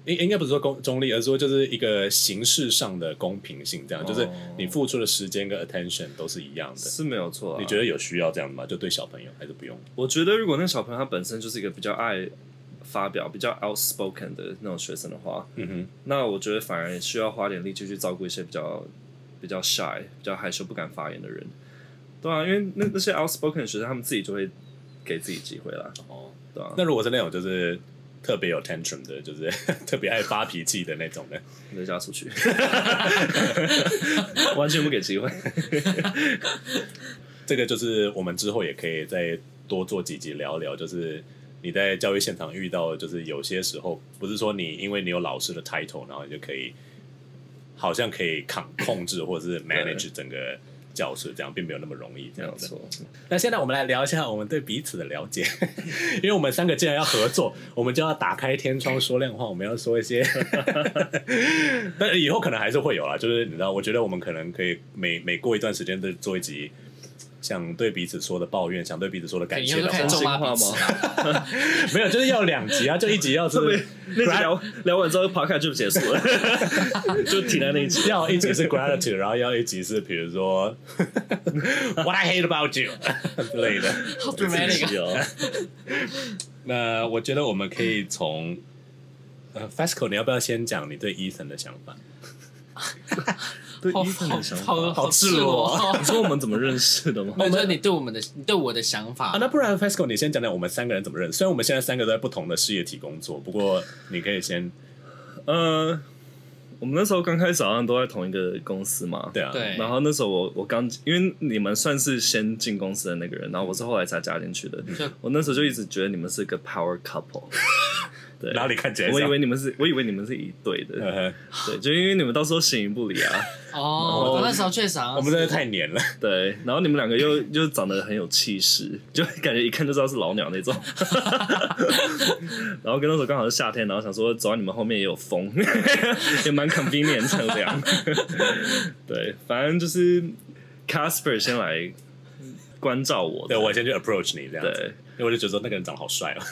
Speaker 1: 应应该不是说公中立，而是说就是一个形式上的公平性，这样、就是你付出的时间跟 attention 都是一样的。
Speaker 4: 哦是没有错、啊。
Speaker 1: 你觉得有需要这样吗？就对小朋友还是不用？
Speaker 4: 我觉得如果那小朋友他本身就是一个比较爱发表、比较 outspoken 的那种学生的话，
Speaker 1: 嗯哼。
Speaker 4: 那我觉得反而需要花点力气去照顾一些比较比较 shy、比较害羞、不敢发言的人。对啊，因为那那些 outspoken 的学生，他们自己就会给自己机会啦。
Speaker 1: 哦，
Speaker 4: 对啊
Speaker 1: 那如果是那种就是特别有 tantrum 的，就是 特别爱发脾气的那种呢？
Speaker 4: 人家出去， 完全不给机会。
Speaker 1: 这个就是我们之后也可以再多做几集聊聊，就是你在教育现场遇到，就是有些时候不是说你因为你有老师的 title，然后你就可以好像可以控控制或者是 manage 整个教室，这样并没有那么容易，这
Speaker 4: 没有
Speaker 1: 样子。
Speaker 4: 错，
Speaker 1: 那现在我们来聊一下我们对彼此的了解， 因为我们三个既然要合作，我们就要打开天窗说亮话，我们要说一些， 但以后可能还是会有啦。就是你知道，我觉得我们可能可以每每过一段时间都做一集，想对彼此说的抱怨，想对彼此说的感
Speaker 2: 以
Speaker 1: 谢
Speaker 2: 后就
Speaker 1: 的
Speaker 2: 开始
Speaker 1: 话，
Speaker 2: 咒骂彼
Speaker 4: 真心
Speaker 2: 此
Speaker 4: 话
Speaker 2: 啊，
Speaker 1: 没有，就是要两集啊，就一集要
Speaker 4: 特别
Speaker 1: 是
Speaker 4: 那集聊聊完之后 p o d 就结束 了，就停在那一集。
Speaker 1: 要一集是 gratitude，然后要一集是比如 说 what I hate about you 之类的。
Speaker 2: 好 dramatic 啊。
Speaker 4: 哦，
Speaker 1: 那我觉得我们可以从呃，Fasco，你要不要先讲你对 Ethan 的想法？
Speaker 4: 对
Speaker 2: 好
Speaker 4: 医生的想法，
Speaker 2: 好好
Speaker 1: 赤
Speaker 2: 裸哦
Speaker 4: 你说我们怎么认识的吗？
Speaker 2: 我觉得你对我们的，你对我的想法
Speaker 1: 啊，，那不然 Fasco，你先讲讲我们三个人怎么认识。虽然我们现在三个都在不同的事业体工作，不过你可以先
Speaker 4: 呃，我们那时候刚开始好像都在同一个公司嘛。
Speaker 1: 对。啊，
Speaker 2: 对
Speaker 4: 然后那时候我我刚因为你们算是先进公司的那个人，然后我是后来才加进去的
Speaker 2: 就。
Speaker 4: 我那时候就一直觉得你们是个 power couple，对，
Speaker 1: 哪里看起来像
Speaker 4: 我以为你们是，我以为你们是一对
Speaker 1: 呃
Speaker 4: 的，
Speaker 1: 呵
Speaker 4: 对，就因为你们到时候形影不离啊，
Speaker 2: 哦，我那时候确实好像
Speaker 1: 我们真的太黏了，
Speaker 4: 对，然后你们两个又又长得很有气势，就感觉一看就知道是老鸟那种。 然后跟那时候刚好是夏天，然后想说走在啊你们后面也有风， 也蛮 convenient 乘凉。对，反正就是 Casper 先来关照我的，
Speaker 1: 对我先去 approach 你这样子
Speaker 4: 对，
Speaker 1: 因为我就觉得说那个人长得好帅哦，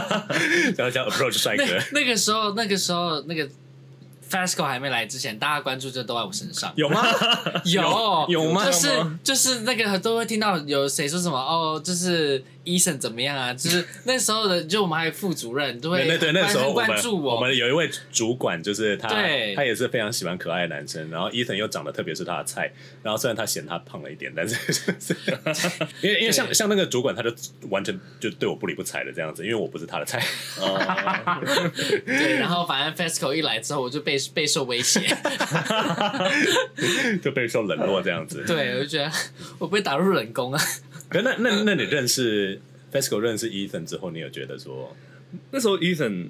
Speaker 1: 然后叫 approach 帅 哥
Speaker 2: 那，那个时候，那个时候，那个 Fasco 还没来之前，大家关注就都在我身上。
Speaker 1: 有吗？
Speaker 2: 有
Speaker 1: 有吗
Speaker 2: 就是
Speaker 4: 有吗
Speaker 2: 就是那个都会听到有谁说什么哦，就是医生怎么样啊？就是那时候的，就我们还有副主任都会
Speaker 1: 对对，那时候我
Speaker 2: 关
Speaker 1: 们
Speaker 2: 注
Speaker 1: 我
Speaker 2: 我
Speaker 1: 们有一位主管，就是他，
Speaker 2: 对
Speaker 1: 他也是非常喜欢可爱的男生。然后伊藤又长得特别是他的菜，然后虽然他嫌他胖了一点，但是 因为因为像像那个主管，他就完全就对我不理不睬的这样子，因为我不是他的菜。
Speaker 4: 哦
Speaker 2: 对，然后反正 Fasco 一来之后，我就备备受威胁，
Speaker 1: 就备受冷落这样子。
Speaker 2: 对我就觉得 我被打入冷 宫啊。
Speaker 1: 可那那那你认识 FESCO 认识伊藤之后，你有觉得说
Speaker 4: 那时候 Ethan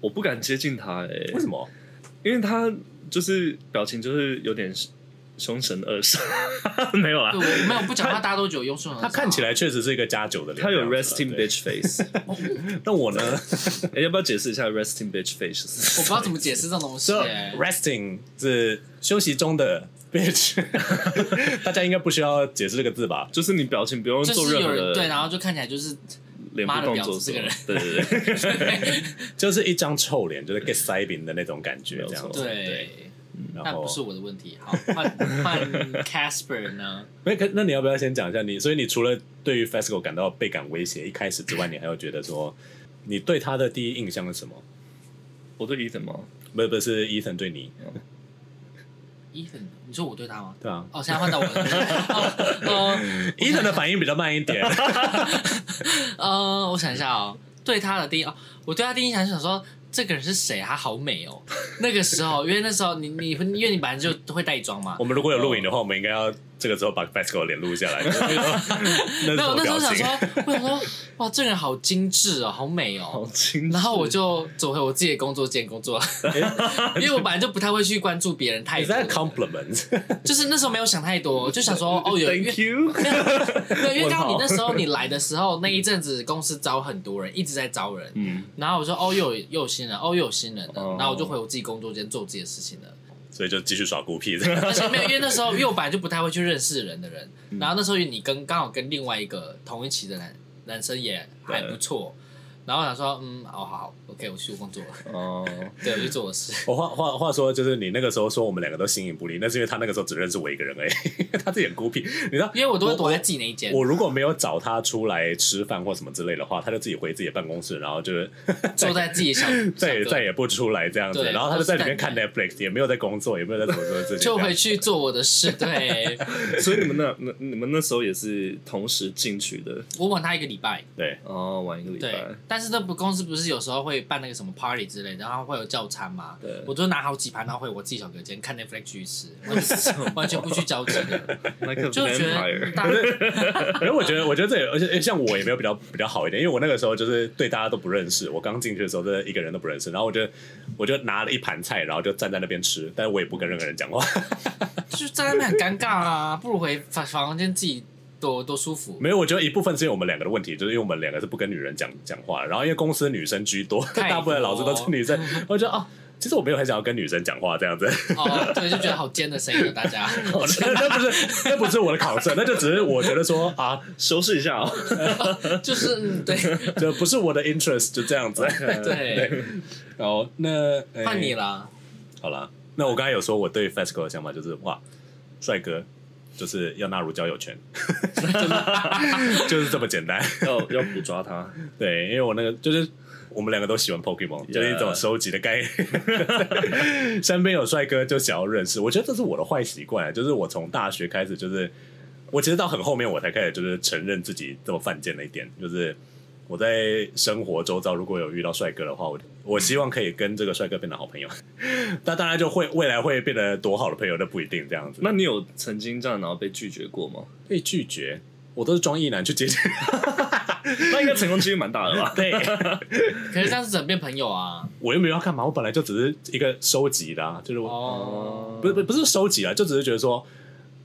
Speaker 4: 我不敢接近他、欸，
Speaker 1: 为什么？
Speaker 4: 因为他就是表情就是有点凶神恶煞， 没有啦
Speaker 2: 对，。我没有不讲话，大家都觉得我优秀。
Speaker 1: 他看起来确实是一个加九的脸，
Speaker 4: 他有
Speaker 1: 这样子
Speaker 4: resting
Speaker 1: 啊对
Speaker 4: bitch face，
Speaker 1: 那我呢？
Speaker 4: 哎，要不要解释一下 resting bitch face？
Speaker 2: 我不知道怎么解释这种东西、
Speaker 1: So
Speaker 2: 欸。
Speaker 1: resting 是休息中的 bitch，大家应该不需要解释这个字吧？
Speaker 4: 就是你表情不用
Speaker 2: 就
Speaker 4: 做
Speaker 2: 是
Speaker 4: 任
Speaker 2: 有
Speaker 4: 何
Speaker 2: 人对，
Speaker 4: 的
Speaker 2: 然后就看起来就是
Speaker 4: 脸
Speaker 2: 妈的
Speaker 4: 部动
Speaker 2: 婊
Speaker 4: 作
Speaker 2: 子这
Speaker 4: 什
Speaker 2: 个
Speaker 4: 么
Speaker 2: 人，
Speaker 4: 对 对对，
Speaker 1: 就是一张臭脸，就是 get s i b i n g 的那种感觉，
Speaker 4: 没有
Speaker 1: 这样
Speaker 4: 错
Speaker 1: 子。
Speaker 2: 对，
Speaker 1: 然
Speaker 2: 那
Speaker 1: 后
Speaker 2: 不是我的问题。好，换 换 Casper 呢？
Speaker 1: 没可那你要不要先讲一下你？所以你除了对于 FESCO 感到倍感威胁一开始之外，你还有觉得说你对他的第一印象是什么？
Speaker 4: 我对 Ethan 吗？
Speaker 1: 不是不是 Ethan 对你，
Speaker 2: Ethan，你说我对他吗？
Speaker 1: 对啊
Speaker 2: 哦，现在换到我了。 哦，
Speaker 1: ，Ethan 的反应比较慢一 点。
Speaker 2: 呃呃，我想一下哦，对他的第一哦，我对他第一印象是想说这个人是谁？他好美哦。那个时候，因为那时候你你因为你本来就会带妆嘛
Speaker 1: 我，们如果有录影的话，我们应该要这个时候把 FESCO 脸录下来。 那
Speaker 2: 那我那时候
Speaker 1: 表
Speaker 2: 想
Speaker 1: 情
Speaker 2: 说， 我想说，哇，这个人好精致哦，好美
Speaker 4: 好
Speaker 2: 哦。
Speaker 4: 清。
Speaker 2: 然后我就走回我自己的工作间工作，
Speaker 4: 哎
Speaker 2: 因为我本来就不太会去关注别人太
Speaker 1: ，Is
Speaker 2: 多
Speaker 1: that a，compliment？
Speaker 2: 就是那时候没有想太多，就想说哦，有因为
Speaker 4: Thank you。
Speaker 2: 对，因为刚好你
Speaker 4: 问号
Speaker 2: 那时候你来的时候，那一阵子公司招很多人，一直在招人。
Speaker 4: 嗯，
Speaker 2: 然后我说哦，又有又有新人，哦又有新人的
Speaker 4: 哦，
Speaker 2: 然后我就回我自己工作间做自己的事情了。
Speaker 1: 所以就继续耍孤僻。
Speaker 2: 而且 没有，因为那时候因为我本来就不太会去认识人的人，然后那时候你跟刚好跟另外一个同一期的男男生也还不错，然后我想说嗯哦好好，OK 我去工作了，
Speaker 4: 哦，
Speaker 2: 对我去做我的事。
Speaker 1: 我哦话话话说，就是你那个时候说我们两个都形影不离，那是因为他那个时候只认识我一个人而已， 他自己很孤僻。你知道，
Speaker 2: 因为我都会躲在自己那一间，
Speaker 1: 我如果没有找他出来吃饭或什么之类的话，他就自己回自己的办公室，然后就是
Speaker 2: 坐在自己小
Speaker 1: 再也
Speaker 2: 小
Speaker 1: 再也不出来这样子。
Speaker 2: 对
Speaker 1: 然后他就在里面看
Speaker 2: 都
Speaker 1: Netflix，也没有在工作，也没有在什么什么事情。
Speaker 2: 就回去做我的事。对，
Speaker 4: 所以你们那那你们那时候也是同时进去的
Speaker 2: 我晚他一个礼拜，
Speaker 1: 对，
Speaker 4: 哦，玩一个礼
Speaker 2: 对
Speaker 4: 拜。，
Speaker 2: 但是那不公司不是有时候会办那个什么 party 之类的，然后会有教餐嘛？
Speaker 4: 对
Speaker 2: 我就拿好几盘，然后回我自己小隔间看 Netflix 去吃，完全完全不去交际的，
Speaker 4: Like a
Speaker 2: 就觉得
Speaker 4: vampire。
Speaker 2: 大
Speaker 1: 因为我觉得我觉得这也，而且诶像我也没有比较比较好一点，因为我那个时候就是对大家都不认识，我刚进去的时候真的一个人都不认识，然后我就我就拿了一盘菜，然后就站在那边吃，但是我也不跟任何人讲话。
Speaker 2: 就在那边很尴尬啊，不如回房房间自己多多舒服。
Speaker 1: 没有，我觉得一部分是因为我们两个的问题，就是因为我们两个是不跟女人讲讲话，然后因为公司女生居多，
Speaker 2: 多
Speaker 1: 大部分老师都是女 生，我觉得哦，其实我没有很想要跟女生讲话这样子，哦
Speaker 2: 哦，对，就觉得好尖的声音啊，大家。
Speaker 1: 那不是那不是我的考证，那就只是我觉得说啊，
Speaker 4: 收拾一下哦。
Speaker 2: 就是嗯，对
Speaker 1: 就不是我的 interest，就这样子。
Speaker 2: 对，
Speaker 1: 然后那哎
Speaker 2: 哦换你啦。
Speaker 1: 好啦，那我刚才有说我对 FESCO 的想法就是哇，帅哥就是要纳入交友圈，就是这么简单。
Speaker 4: 要要捕抓他。
Speaker 1: 对，因为我那个就是我们两个都喜欢 Pokemon，就是一种收集的概念。 身边有帅哥就想要认识，我觉得这是我的坏习惯，啊就是我从大学开始就是，我其实到很后面我才开始就是承认自己这么犯贱的一点，就是我在生活周遭如果有遇到帅哥的话，我我希望可以跟这个帅哥变成好朋友， 那当然就会未来会变得多好的朋友，那不一定这样子。
Speaker 4: 那你有曾经这样然后被拒绝过吗？
Speaker 1: 被拒绝，我都是装意男去接近。
Speaker 4: 那应该成功几率蛮大的 吧？
Speaker 1: 对。
Speaker 2: 可是这样子怎么变朋友啊？
Speaker 1: 我又没有要干嘛，我本来就只是一个收集的、啊，就是我、
Speaker 2: 哦，
Speaker 1: 不是不是不是收集啊，就只是觉得说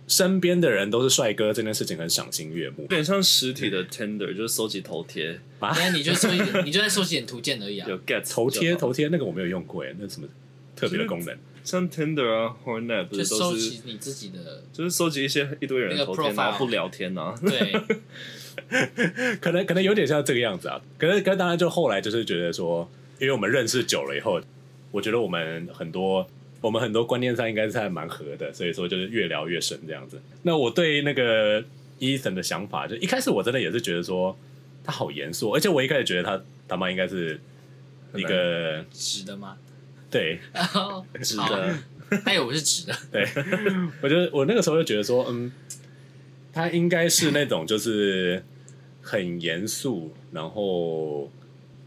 Speaker 1: 身边的人都是帅哥这件事情很赏心悦目
Speaker 4: 有。点像实体的 Tender，就是收集头贴，
Speaker 1: 啊
Speaker 2: 因，为哎你就收集，你就在收集点图鉴而已啊。
Speaker 4: 有 get
Speaker 1: 头贴
Speaker 4: 就好
Speaker 1: 头贴那个我没有用过耶，哎那是什么特别的功能？
Speaker 4: 像 Tender 啊，Hornet 不
Speaker 2: 就是收
Speaker 4: 都是
Speaker 2: 集你自己的，
Speaker 4: 就是收集一些一堆人的头
Speaker 2: 那个
Speaker 4: 贴，
Speaker 2: profile
Speaker 4: 然后不聊天啊。
Speaker 2: 对，
Speaker 1: 可能可能有点像这个样子啊。可是可是当然就后来就是觉得说，因为我们认识久了以后，我觉得我们很多。我们很多观念上应该是还蛮合的，所以说就是越聊越深这样子。那我对那个 Ethan 的想法，就一开始我真的也是觉得说他好严肃，而且我一开始觉得他他妈应该是一个
Speaker 2: 直的吗？
Speaker 1: 对，
Speaker 2: 然后
Speaker 4: 是的，
Speaker 2: 哎，我是直的，
Speaker 1: 我觉得我那个时候就觉得说，嗯，他应该是那种就是很严肃，然后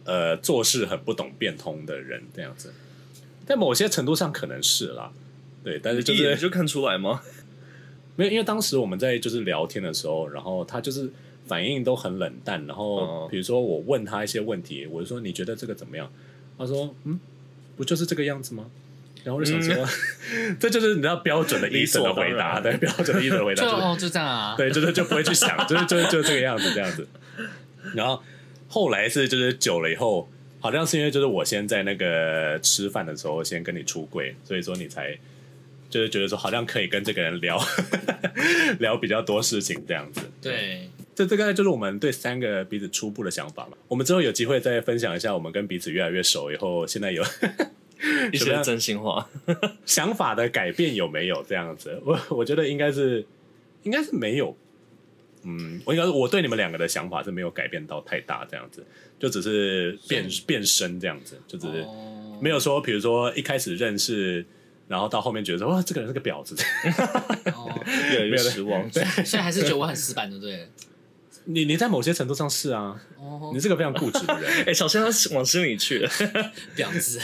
Speaker 1: 呃做事很不懂变通的人这样子，在某些程度上可能是啦，对，但是就
Speaker 4: 一眼
Speaker 1: 是
Speaker 4: 就看出来吗？
Speaker 1: 没有，因为当时我们在就是聊天的时候，然后他就是反应都很冷淡，然后
Speaker 4: 哦
Speaker 1: 比如说我问他一些问题，我就说你觉得这个怎么样？他说嗯，不就是这个样子吗？然后我就想说， 这就是你知道标准的医生的回答，
Speaker 4: 嗯理所当然
Speaker 1: 对，标准的医生的回答
Speaker 2: 就
Speaker 1: 就是
Speaker 2: 哦就这样啊。
Speaker 1: 对，就是就不会去想，就是就是就是这个样子这样子。然后后来是就是久了以后，好像是因为就是我先在那个吃饭的时候先跟你出柜，所以说你才就是觉得说好像可以跟这个人聊 聊比较多事情这样子。
Speaker 2: 对，
Speaker 1: 这这个就是我们对三个彼此初步的想法嘛。我们之后有机会再分享一下我们跟彼此越来越熟以后，现在有
Speaker 4: 一些真心话。
Speaker 1: 想法的改变有没有这样子？我我觉得应该是，应该是没有。嗯，我应该我对你们两个的想法是没有改变到太大，这样子，就只是变变深这样子，就只是
Speaker 2: 哦
Speaker 1: 没有说，比如说一开始认识，然后到后面觉得说哇，这个人是个婊子，
Speaker 2: 哦，
Speaker 4: 越来越失望。对，
Speaker 2: 所以还是觉得我很死板，对不对？
Speaker 1: 你你在某些程度上是啊，
Speaker 2: 哦
Speaker 1: 你，是个非常固执的人，
Speaker 4: 哎，小仙他往心里去了。
Speaker 2: 婊子，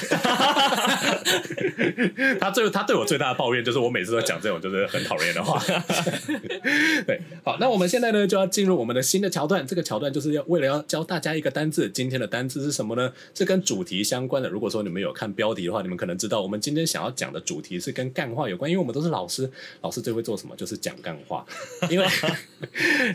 Speaker 1: 他最他对我最大的抱怨就是我每次都讲这种就是很讨人厌的话。 对，好，那我们现在呢就要进入我们的新的桥段，这个桥段就是要为了要教大家一个单字，今天的单字是什么呢？是跟主题相关的。如果说你们有看标题的话，你们可能知道我们今天想要讲的主题是跟干话有关，因为我们都是老师，老师最会做什么就是讲干话，因为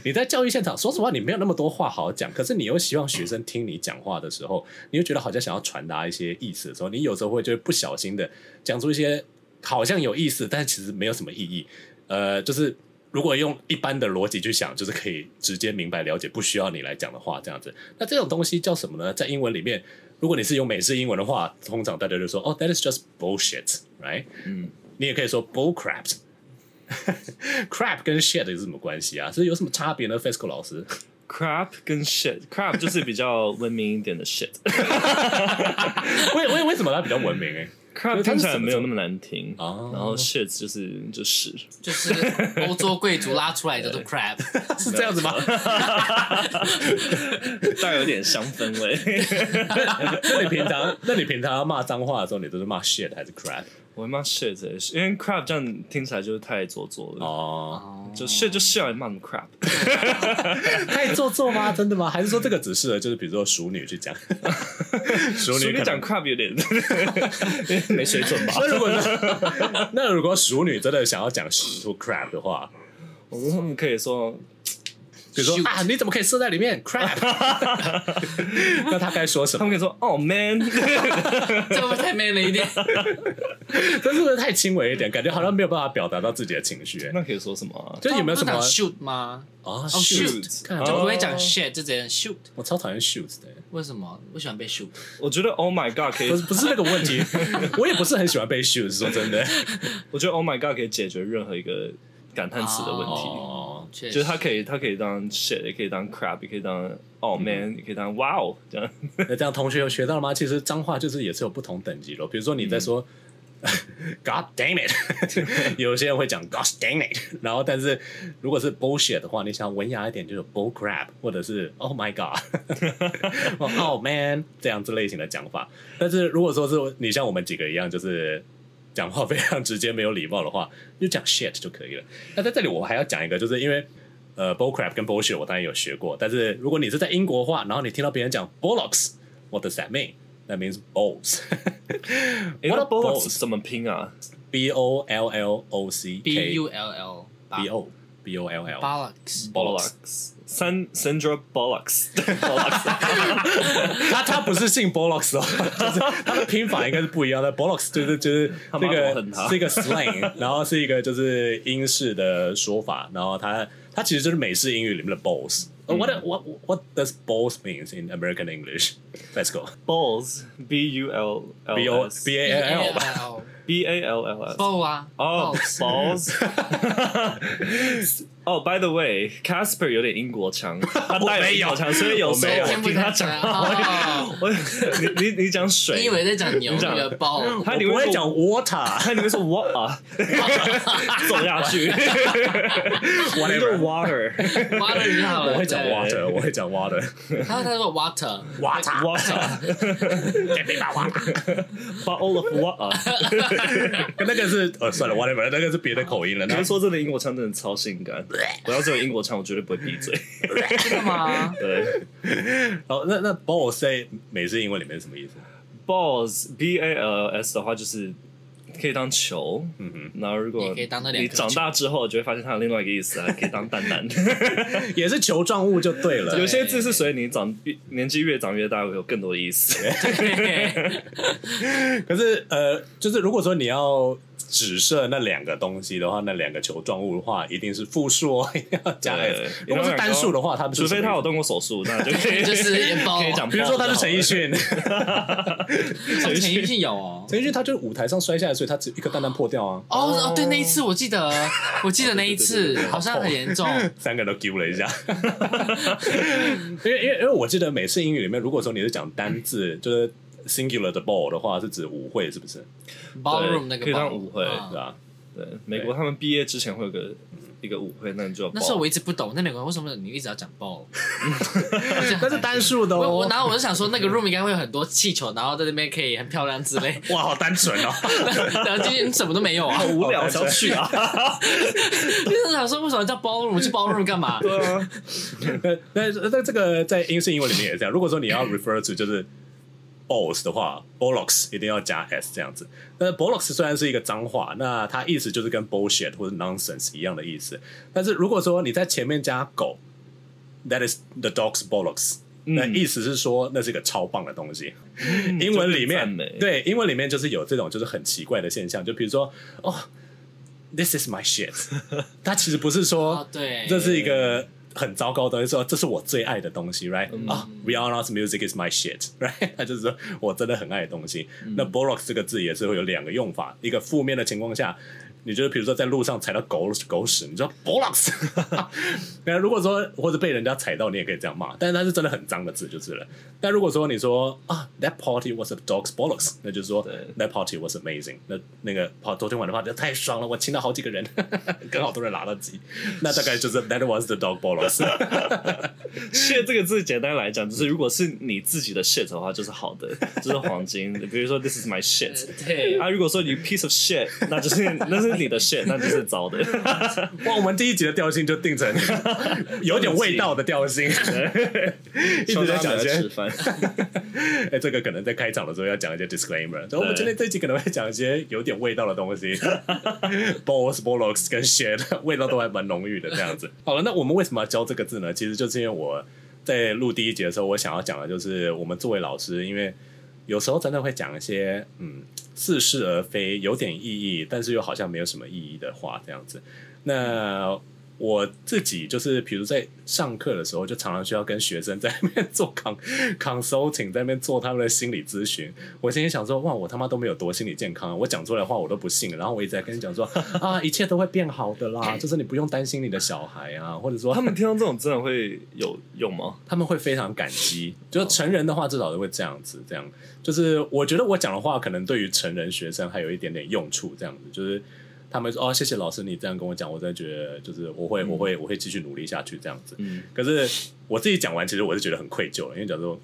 Speaker 1: 你在教育现场，说实话你没有那么多话好讲，可是你又希望学生听你讲话的时候，你又觉得好像想要传达一些意思的时候，你有时候会就会不小心的讲出一些好像有意思，但其实没有什么意义。呃，就是如果用一般的逻辑去想，就是可以直接明白了解，不需要你来讲的话，这样子。那这种东西叫什么呢？在英文里面，如果你是用美式英文的话，通常大家就说哦、t h a t is just bullshit，right？
Speaker 4: 嗯，
Speaker 1: 你也可以说 bull crap。crap 跟 shit 有什么关系啊？是有什么差别呢？Fesco 老师，
Speaker 4: crap 跟 shit，crap 就是比较文明一点的 shit。
Speaker 1: 为为为什么它比较文明、欸？
Speaker 4: crap 听起来没有那么难听，
Speaker 1: 哦
Speaker 4: 然后 shit 就是就屎，
Speaker 2: 就是欧洲贵族拉出来的都 crap，
Speaker 1: 是这样子吗？
Speaker 4: 带有点香氛味。
Speaker 1: 那你平常，那你平常要骂脏话的时候，你都是骂 shit 还是 crap？
Speaker 4: 我会骂 shit，欸因为 crap 这样听起来就是太做作了。
Speaker 1: 哦，
Speaker 4: 就 shit 就 shit，啊你骂什么 crap？
Speaker 1: 可以做作吗？真的吗？还是说这个只适合就是比如说熟女 去讲？熟
Speaker 4: 所以
Speaker 1: 女
Speaker 4: 你讲
Speaker 1: 讲。
Speaker 4: crap 有点 没水准吧？
Speaker 1: 那如果是那如果熟女真的想要讲出 crap 的话，
Speaker 4: 我们他们可以说
Speaker 1: 比如说
Speaker 2: Shoot
Speaker 1: 啊，你怎么可以射在里面 crap？那她该说什
Speaker 4: 他
Speaker 1: 么？
Speaker 4: 们可以说哦 man，
Speaker 2: 这会不会太 man 了一点？
Speaker 1: 这是不是太轻微一点？感觉好像没有办法表达到自己的情绪、欸。
Speaker 4: 那可以说什么啊？
Speaker 1: 就有没有什么
Speaker 2: 他们不是讲 shoot 吗？
Speaker 1: 啊
Speaker 2: 哦
Speaker 1: shoot？
Speaker 2: shoot
Speaker 1: 看
Speaker 2: 就
Speaker 1: 我
Speaker 2: 不会讲 shit，就直接 shoot。
Speaker 1: 我超讨厌 shoot 的欸、
Speaker 2: 为什么？我喜欢被 shoot。
Speaker 4: 我觉得 oh my god 可以
Speaker 1: 不，是不是那个问 题，我也不是很喜欢被 shoot，说真的。
Speaker 4: 我觉得 oh my god 可以解决任何一个感叹词的问题。
Speaker 1: 哦，
Speaker 2: 确
Speaker 4: 就是
Speaker 2: 实，
Speaker 4: 它可以，它可以当 shit，也可以当 crap，也可以当
Speaker 1: 嗯
Speaker 4: oh man，也可以当 wow 这样。
Speaker 1: 那这样同学有学到了吗？其实脏话就是也是有不同等级的哦，比如说你在说。God damn it！有些人会讲 God damn it，然后但是如果是 bullshit 的话，你想文雅一点就是 bull crap，或者是 Oh my God，或 Oh man 这样子类型的讲法。但是如果说是你像我们几个一样，就是讲话非常直接、没有礼貌的话，就讲 shit 就可以了。那在这里我还要讲一个，就是因为呃 bull crap 跟 bullshit 我当然有学过，但是如果你是在英国话，然后你听到别人讲 bollocks，what does that mean？That means balls.
Speaker 4: 诶
Speaker 1: What
Speaker 4: 那
Speaker 1: are balls？
Speaker 4: balls 怎么拼啊？
Speaker 1: B O L L O C
Speaker 2: B
Speaker 1: K
Speaker 2: U L L
Speaker 1: B O B O L L bollocks。
Speaker 2: bollocks。
Speaker 4: Bollocks，三 Sandra Bollocks，Bollocks
Speaker 1: 他他不是姓 bollocks 哦， 就是他的拼法应该是不一样的。bollocks 就是就是
Speaker 4: 他
Speaker 1: 这
Speaker 4: 妈我
Speaker 1: 个
Speaker 4: 恨他
Speaker 1: 是一个 slang，然后是一个就是英式的说法，然后它它其实就是美式英语里面的 Hmm balls。What what what does balls means in American English? Let's go.
Speaker 4: balls，B U L L
Speaker 1: B O B A L L 吧。
Speaker 2: L
Speaker 4: B A L L S。
Speaker 2: ball 啊
Speaker 4: 哦
Speaker 2: ，balls，
Speaker 4: ，balls！哦，by the way，Casper 有点英国 腔，他带
Speaker 1: 我没
Speaker 4: 英
Speaker 1: 有
Speaker 4: 国腔，所以有时候
Speaker 1: 我没有
Speaker 2: 哎
Speaker 4: 我听他讲话，
Speaker 2: 哦
Speaker 4: 我你你你讲水，
Speaker 2: 你以为在讲牛
Speaker 4: 你讲
Speaker 2: 那个 ball？
Speaker 4: 他你
Speaker 1: 我不会
Speaker 4: 会
Speaker 1: 讲 water，
Speaker 4: 他你会说 what 啊，走下去，我那个 water
Speaker 2: 挖了你好了，
Speaker 1: 我会讲
Speaker 2: 对
Speaker 1: water，我会讲 water。
Speaker 2: 他他说 water，
Speaker 1: water，
Speaker 4: water
Speaker 1: 给你把 water。
Speaker 4: bottle of
Speaker 1: 啊
Speaker 4: water，
Speaker 1: 那个是呃算了，whatever，那个是别的口 音了。
Speaker 4: 你
Speaker 1: 那
Speaker 4: 们说真的英国腔真的超性感，我要是有英国腔，我绝对不 会闭嘴。
Speaker 2: 真的吗？
Speaker 4: 对
Speaker 1: 哦，那那 balls 在美式英文里面是什么意思？
Speaker 4: ，balls b a l s 的话就是可以当球，
Speaker 1: 嗯哼。
Speaker 4: 然后如
Speaker 2: 也
Speaker 4: 果
Speaker 2: 可以当那两
Speaker 4: 你
Speaker 2: 颗
Speaker 4: 长大之后，就会发现它有另外一个 意思啊，可以当蛋蛋。
Speaker 1: 也是球状物就对了。
Speaker 4: 有些字是随着你长越年纪越长越大，会有更 多的意思。
Speaker 2: 对
Speaker 1: 可是呃，就是如果说你要只设那两个东西的话，那两个球状物的话，一定是复数哦，一 定要加 f。如果是单数的话，它不是
Speaker 4: 除非
Speaker 1: 什么
Speaker 4: 他
Speaker 1: 意思
Speaker 4: 有动过手术，那就可 以
Speaker 2: 就是也包
Speaker 4: 可以讲爆就好了。
Speaker 1: 比如说他是陈奕 迅，
Speaker 2: 陈奕迅有哦。
Speaker 1: 陈奕迅他就是舞台上摔下来，所以他只有一颗蛋蛋破掉啊，
Speaker 2: 哦哦，对，那一次我记得， 我记得那一
Speaker 4: 对对对
Speaker 2: 次
Speaker 4: 对对
Speaker 2: 好像很严重。
Speaker 1: 三个都丢了一下。 因为因为因为我记得美式英语里面，如果说你是讲单字，就是 singular 的 ball 的话，是指舞会是不是？
Speaker 2: Ballroom 那个
Speaker 4: 可以当
Speaker 2: ballroom，
Speaker 4: 舞会
Speaker 2: 啊
Speaker 1: 对吧？
Speaker 4: 对美国，他们毕业之前会有个一个舞会，那你就要
Speaker 2: 那时候我一直不懂，那美国人为什么你一直要讲 ball？
Speaker 1: 那是单数的
Speaker 2: 我我
Speaker 1: 哦。
Speaker 2: 然后我就想说，那个 room 应该会有很多气球，然后在那边可以很漂亮之类。
Speaker 1: 哇，好单纯哦！
Speaker 2: 然后今天什么都没有啊，
Speaker 4: 无
Speaker 1: 好
Speaker 4: 聊
Speaker 1: 单纯
Speaker 4: 想去啊，
Speaker 2: 就是想说为什么叫 ballroom？我去 ballroom 干嘛？
Speaker 4: 对啊，
Speaker 1: 那那那这个在英式英文里面也是这样。如果说 你要 refer to 就是 balls 的话，bollocks 一定要加 s 这样子。那 bollocks 虽然是一个脏话，那它意思就是跟 bullshit 或者 nonsense 一样的意思。但是如果说你在前面加狗，that is the dog's bollocks。那
Speaker 4: 嗯
Speaker 1: 意思是说，那是一个超棒的东西。英文里
Speaker 4: 就是
Speaker 1: 面
Speaker 4: 赞美
Speaker 1: 对英文里面就是有这种就是很奇怪的现象，就比如说哦，this is my shit，它其实不是说
Speaker 2: 哦，对，嗯
Speaker 1: 这是一个很糟糕的东西，说这是我最爱的东西，right？啊、r i a n n a s music is my shit，right？他就是说我真的很爱的东西。
Speaker 2: 嗯
Speaker 1: 那 bollocks 这个字也是会有两个用法，一个负面的情况下。你就是比如说在路上踩到狗狗屎，你说 bollocks。那如果说或者被人家踩到，你也可以这样骂，但是它是真的很脏的字就是了。但如果说你说啊，that party was a dog's bollocks，那就是说
Speaker 4: 对
Speaker 1: that party was amazing 那。那个跑昨天晚的 party 太爽了，我亲了好几个人， 跟好多人拿到鸡。那大概就是 that was the dog bollocks。
Speaker 4: shit 这个字简单来讲，就是如果是你自己的 shit 的话，就是好 的，就是黄金。比如说 this is my shit。
Speaker 2: 对，
Speaker 4: 啊，如果说你 piece of shit，那就是 那是你的 shit，那就是糟的。
Speaker 1: 哇，我们第一集的调性就定成 有点味道的调性，一直在讲一
Speaker 4: 大家
Speaker 1: 些
Speaker 4: 吃饭，
Speaker 1: 哎、这个可能在开场的时候要讲一些 disclaimer。然后我们今天这一集可能会讲一些有点味道的东西，balls、bollocks 跟 shit，味道都还蛮浓郁的这样子。好了，那我们为什么要教这个字呢？其实就是因为我在录第一节的时候，我想要讲的就是我们作为老师，因为有时候真的会讲一些嗯似是而非、有点意义，但是又好像没有什么意义的话这样子。那我自己就是，比如在上课的时候，就常常需要跟学生在那边 做 con consulting，在那边做他们的心理咨询。我心里想说，哇，我他妈都没有多心理健康啊，我讲出来的话我都不信。然后我一直在跟你讲说，啊，一切都会变好的啦， 就是你不用担心你的小孩啊，或者说
Speaker 4: 他们听到这种真的会有用吗？
Speaker 1: 他们会非常感激。就是成人的话，至少都会这样子，这样就是我觉得我讲的话，可能对于成人学生还有一点点用处，这样子就是。他们说哦，谢谢老师，你这样跟我讲，我真的觉得就是我会，我会，我会继续努力下去这样子。
Speaker 4: 嗯，
Speaker 1: 可是我自己讲完，其实我是觉得很愧疚了，因为讲说，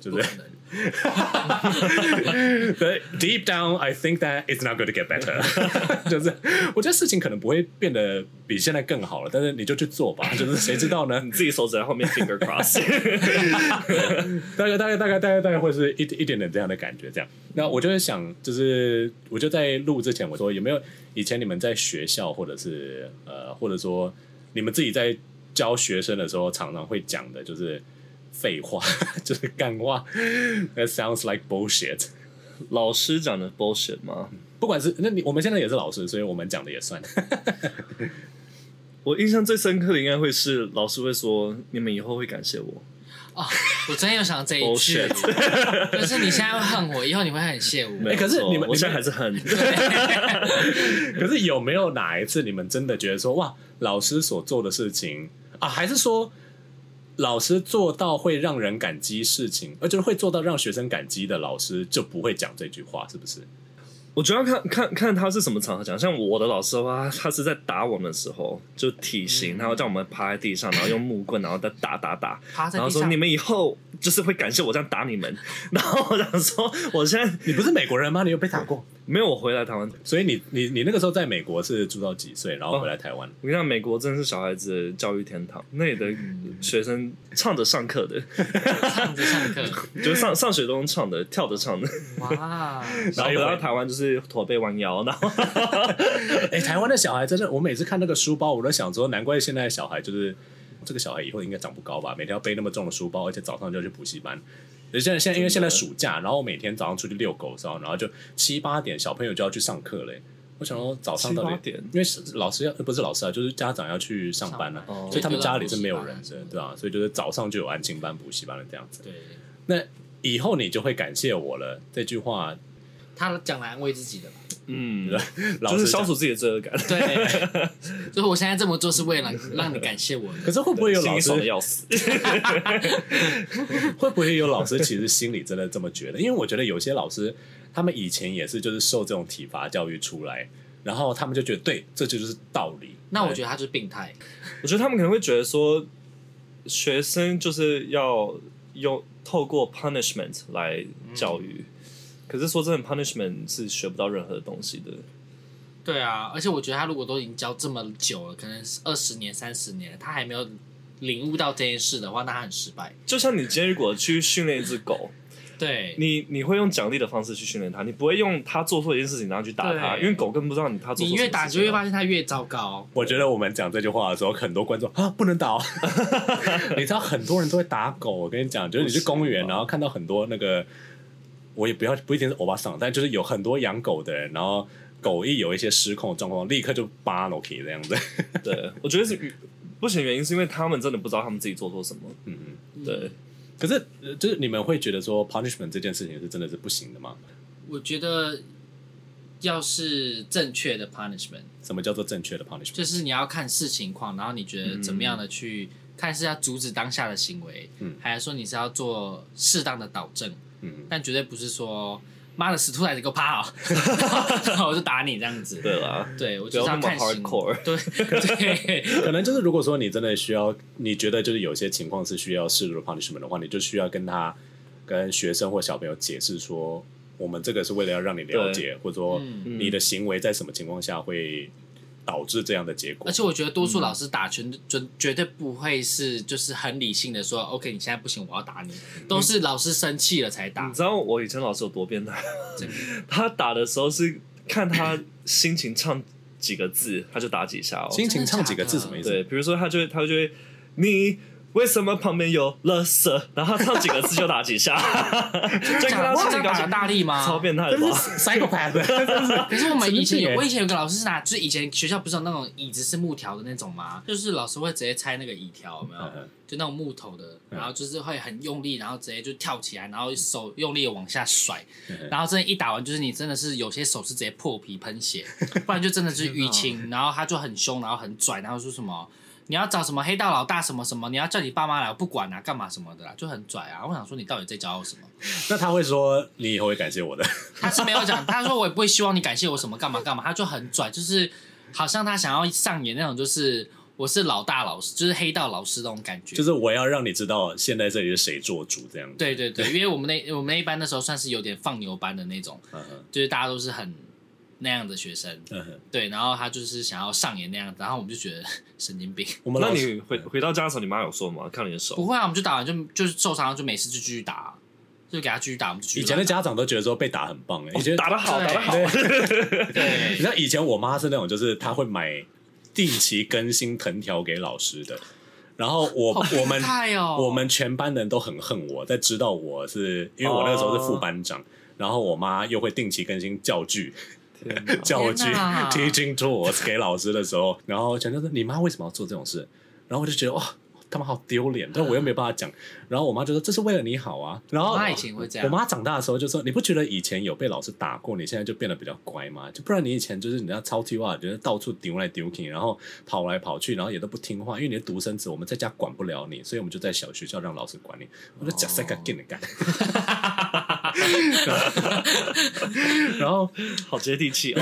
Speaker 1: 就是 but deep down I think that it's not going to get better，就是 我觉得事情可能不会变得比现在更好了，但是你就去做吧，就是谁知道呢？
Speaker 4: 你自己手指在后面 finger cross，
Speaker 1: 大概大概大概大概大概会是一一点点这样的感觉，这样。那我就会想，就是呃我就在录之前，我说有没有以前你们在学校或者是呃，或者说你们自己在教学生的时候，常常会讲的就是废话， 就是干话。That sounds like bullshit。
Speaker 4: 老师讲的 bullshit 吗？
Speaker 1: 不管是那你我们现在也是老师，所以我们讲的也算。
Speaker 4: 我印象最深刻的应该会是老师会说：“你们以后会感谢我。
Speaker 2: 哦，我昨天有想到这一句， 就是你现在会恨我，以后你会很谢我。
Speaker 4: 没有
Speaker 1: 哎可是
Speaker 4: 错
Speaker 1: 你们
Speaker 4: 我
Speaker 1: 你
Speaker 4: 现在
Speaker 1: 们
Speaker 4: 还 是很
Speaker 1: 可是有没有哪一次你们真的觉得说，哇，老师所做的事情啊，还是说老师做到会让人感激事情，而就是会做到让学生感激的老师就不会讲这句话，是不是？
Speaker 4: 我主要看看看他是什么场合讲，像我的老师的话，他是在打我们的时候就体型，然后叫我们趴在地上，然后用木棍，然后再打打打，
Speaker 2: 嗯趴在
Speaker 4: 然后
Speaker 2: 地
Speaker 4: 说
Speaker 2: 上
Speaker 4: 你，们以后就是会感谢我这样打你们。然后我想说，我现在
Speaker 1: 你不是美国人吗？你有被打过？
Speaker 4: 没有我回来台湾，
Speaker 1: 所以你你你那个时候在美国是住到几岁，然后回来台湾？
Speaker 4: 我跟你讲，美国真的是小孩子的教育天堂，那里的
Speaker 2: 嗯
Speaker 4: 学生唱着上课的，
Speaker 2: 上着上 课，
Speaker 4: 就是上上学都能唱的，跳着唱的，
Speaker 2: 哇，
Speaker 1: 然后
Speaker 4: 然后回到
Speaker 1: 又回
Speaker 4: 台湾就是驼背弯腰，然后
Speaker 1: 哎、台湾的小孩真的，我每次看那个书包，我都想说，难怪现在的小孩就是这个小孩以后应该长不高吧，每天要背那么重的书包，而且早上就要去补习班。而现在现在因为现在暑假，然后每天早上出去遛狗的时候，然后就七八点小朋友就要去上课嘞。欸我想说早上到
Speaker 4: 七
Speaker 1: 底
Speaker 4: 八点
Speaker 1: 因为是老师要呃不是老师啊，就是家长要去上班了、
Speaker 4: 上班哦
Speaker 1: 所以他们家里是没有人
Speaker 2: 所以
Speaker 1: 的
Speaker 2: 就，
Speaker 1: 对吧、所以就是早上就有安亲班、补习班了这样子。
Speaker 2: 对，
Speaker 1: 那以后你就会感谢我了。这句话，
Speaker 2: 他讲来安慰自己的嘛。
Speaker 4: 嗯，
Speaker 1: 老
Speaker 4: 就
Speaker 1: 师
Speaker 4: 是
Speaker 1: 讲
Speaker 4: 消除。自己的罪恶 感，
Speaker 2: 对，所以我现在这么做是为了让你感谢我的。
Speaker 1: 可是会不会有
Speaker 4: 心
Speaker 1: 老
Speaker 4: 里
Speaker 1: 师
Speaker 4: 爽的要死。
Speaker 1: 会不会有老师其实心里真的这么觉得？因为 我觉得有些老师他们以前也是就是受这种体罚教育出来，然后他们就觉得对，这就是道理。
Speaker 2: 那我觉得他就是病态，
Speaker 4: 我觉得他们可能会觉得说，学生就是要用透过 punishment 来教育。
Speaker 2: 嗯
Speaker 4: 可是说真的，punishment 是学不到任何东西的。
Speaker 2: 对啊，而且我觉得他如果都已经教这么久了，可能二十年、三十年了，他还没有领悟到这件事的话，那他很失败。
Speaker 4: 就像你今天如果去训练一只 狗，
Speaker 2: 对，
Speaker 4: 你你会用奖励的方式去训练它，你不会用它做错一件事情然后去打它，
Speaker 2: 对
Speaker 4: 因为狗根本不知道你它做错什么事情啊。
Speaker 2: 你越打就越发现他越糟糕。
Speaker 1: 我觉得我们讲这句话的时候，很多观众啊不能打、 哦，你知道很多人都会打狗。我跟你讲，就是你去公园，
Speaker 4: 不行吧
Speaker 1: 然后看到很多那个，我也不要不一定是欧巴桑，但就是有很多养狗的人，然后狗一有一些失控的状况，立刻就扒 l o k 这样子。
Speaker 4: 对，我觉得是不行，原因是因为他们真的不知道他们自己做错什么。
Speaker 1: 嗯，
Speaker 4: 对，
Speaker 1: 可是呃就是你们会觉得说 punishment 这件事情是真的是不行的吗？
Speaker 2: 我觉得要是正确的 punishment，
Speaker 1: 什么叫做正确的 punishment？
Speaker 2: 就是你要看视情况，然后你觉得怎么样
Speaker 4: 嗯
Speaker 2: 的去、看是要阻止当下的行为，
Speaker 1: 嗯
Speaker 2: 还是说你是要做适当的导正，
Speaker 1: 嗯，
Speaker 2: 但绝对不是说妈的死兔崽子给我趴 好，然后我就打你这样子。
Speaker 4: 对啦，
Speaker 2: 对，我
Speaker 4: 不
Speaker 2: 就
Speaker 4: 要
Speaker 2: 是
Speaker 4: 那么
Speaker 2: 看行
Speaker 4: hardcore。
Speaker 2: 对 对
Speaker 1: 可能就是如果说你真的需要，你觉得就是有些情况是需要适度的 punishment 的话，你就需要跟他、跟学生或小朋友解释说，我们这个是为了要让你了解，或者说
Speaker 2: 嗯
Speaker 1: 你的行为在什么情况下会导致这样的结果
Speaker 2: 而。且我觉得多
Speaker 4: 嗯
Speaker 2: 数老师打拳准绝对不会是就是很理性的说，OK，你现在不行，我要打你，
Speaker 4: 嗯
Speaker 2: 都是老师生气了才打
Speaker 4: 你。知道我以前老师有多变态
Speaker 2: 真的？
Speaker 4: 他打的时候是看他心情唱几个字，他就打几下哦。
Speaker 1: 心情唱几个字什
Speaker 2: 真的假的
Speaker 1: 么意思？
Speaker 4: 对，比如说他就会，他就会，你为什么旁边有垃圾？然后他唱几个字就打 几下，就看他
Speaker 2: 哇
Speaker 4: 心
Speaker 2: 这样
Speaker 4: 情高
Speaker 2: 打
Speaker 4: 兴
Speaker 2: 得，大力吗？
Speaker 4: 超变态的吧？
Speaker 1: psychopath，
Speaker 2: 可是我们以前
Speaker 1: 神经病欸
Speaker 2: 有，我以前有个老师是拿，就是以前学校不是有那种椅子是木条的那种吗？就是老师会直接拆那个椅条，有没有
Speaker 1: 嗯嗯？
Speaker 2: 就那种木头的，然后就是会很用力，然后直接就跳起来，然后手用力的往下甩
Speaker 1: 嗯嗯，
Speaker 2: 然后真的一打完，就是你真的是有些手是直接破皮 喷血，不然就真的就是淤青。然后他就很凶，然后很拽，然后说什么。你要找什么黑道老大什么什么？你要叫你爸妈来，我不管啊，干嘛什么的啦，就很拽啊。我想说你到底在骄傲什么？
Speaker 1: 那他会说你以后会感谢我的。
Speaker 2: 他是没有讲， 他说我也不会希望你感谢我什么干嘛干嘛，他就很拽，就是好像他想要上演那种就是我是老大老师，就是黑道老师那种感觉。
Speaker 1: 就是我要让你知道现在这里是谁做主这样子。
Speaker 2: 对对对，因为我们那我们那一班那时候算是有点放牛班的那种，
Speaker 1: 嗯哼
Speaker 2: 就是大家都是很那样的学生，
Speaker 1: 嗯哼，
Speaker 2: 对，然后他就是想要上演那样，然后我们就觉得 神经病。
Speaker 1: 我们
Speaker 4: 那
Speaker 1: 老师
Speaker 4: 你回回到家的时候，你妈有说吗？看你的
Speaker 2: 不
Speaker 4: 手，
Speaker 2: 会啊，我们就打完就就是受伤就没事就继续打，啊就给他继续打，我们就继续
Speaker 1: 以前的家长都觉得说被打很
Speaker 2: 哦
Speaker 1: 棒，欸以前
Speaker 4: 打得好，打得 好，
Speaker 1: 你
Speaker 2: 对
Speaker 1: 知道以前我妈是那种，就是她会买定期更新藤条给老师的，然后我我们
Speaker 2: 太哦，
Speaker 1: 我们全班的人都很恨我，在知道我是因为我那个时候是副班长，然后我妈又会定期更新教具。
Speaker 4: 天哪
Speaker 1: 教具
Speaker 2: 天哪
Speaker 1: teaching tools 给老师的时候，然后讲就是你妈为什么要做这种事？然后我就觉得哇，他们好丢脸，但我又没办法讲。然后我妈就说这是为了你好啊。然后
Speaker 2: 我嗯妈以前会这样
Speaker 1: 我妈长大的时候就说你不觉得以前有被老师打过，你现在就变得比较乖吗？就不然你以前就是你要超听话，就是到处丢来丢去，然后跑来跑去，然后也都不听话，因为你是独生子，我们在家管不了你，所以我们就在小学校让老师管你。我就假赛个给你干。
Speaker 2: 哦
Speaker 1: 然后
Speaker 4: 好接地 气哦。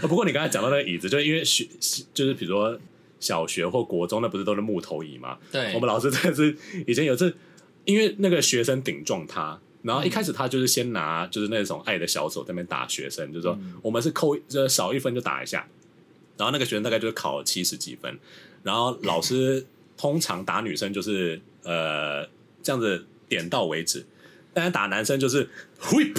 Speaker 1: 呃不过你刚才讲到那个椅子，就因为学就是比如说小学或国中，那不是都是木头椅嘛？
Speaker 2: 对
Speaker 1: 我们老师真的是以前有次，因为那个学生顶撞他，然后一开始他就是先拿就是那种爱的小手在那边打学生，就说我们是扣就是少一分就打一下，然后那个学生大概就是考七十几分，然后老师通常打女生就是呃这样子点到为止，但是打男生就是 whip，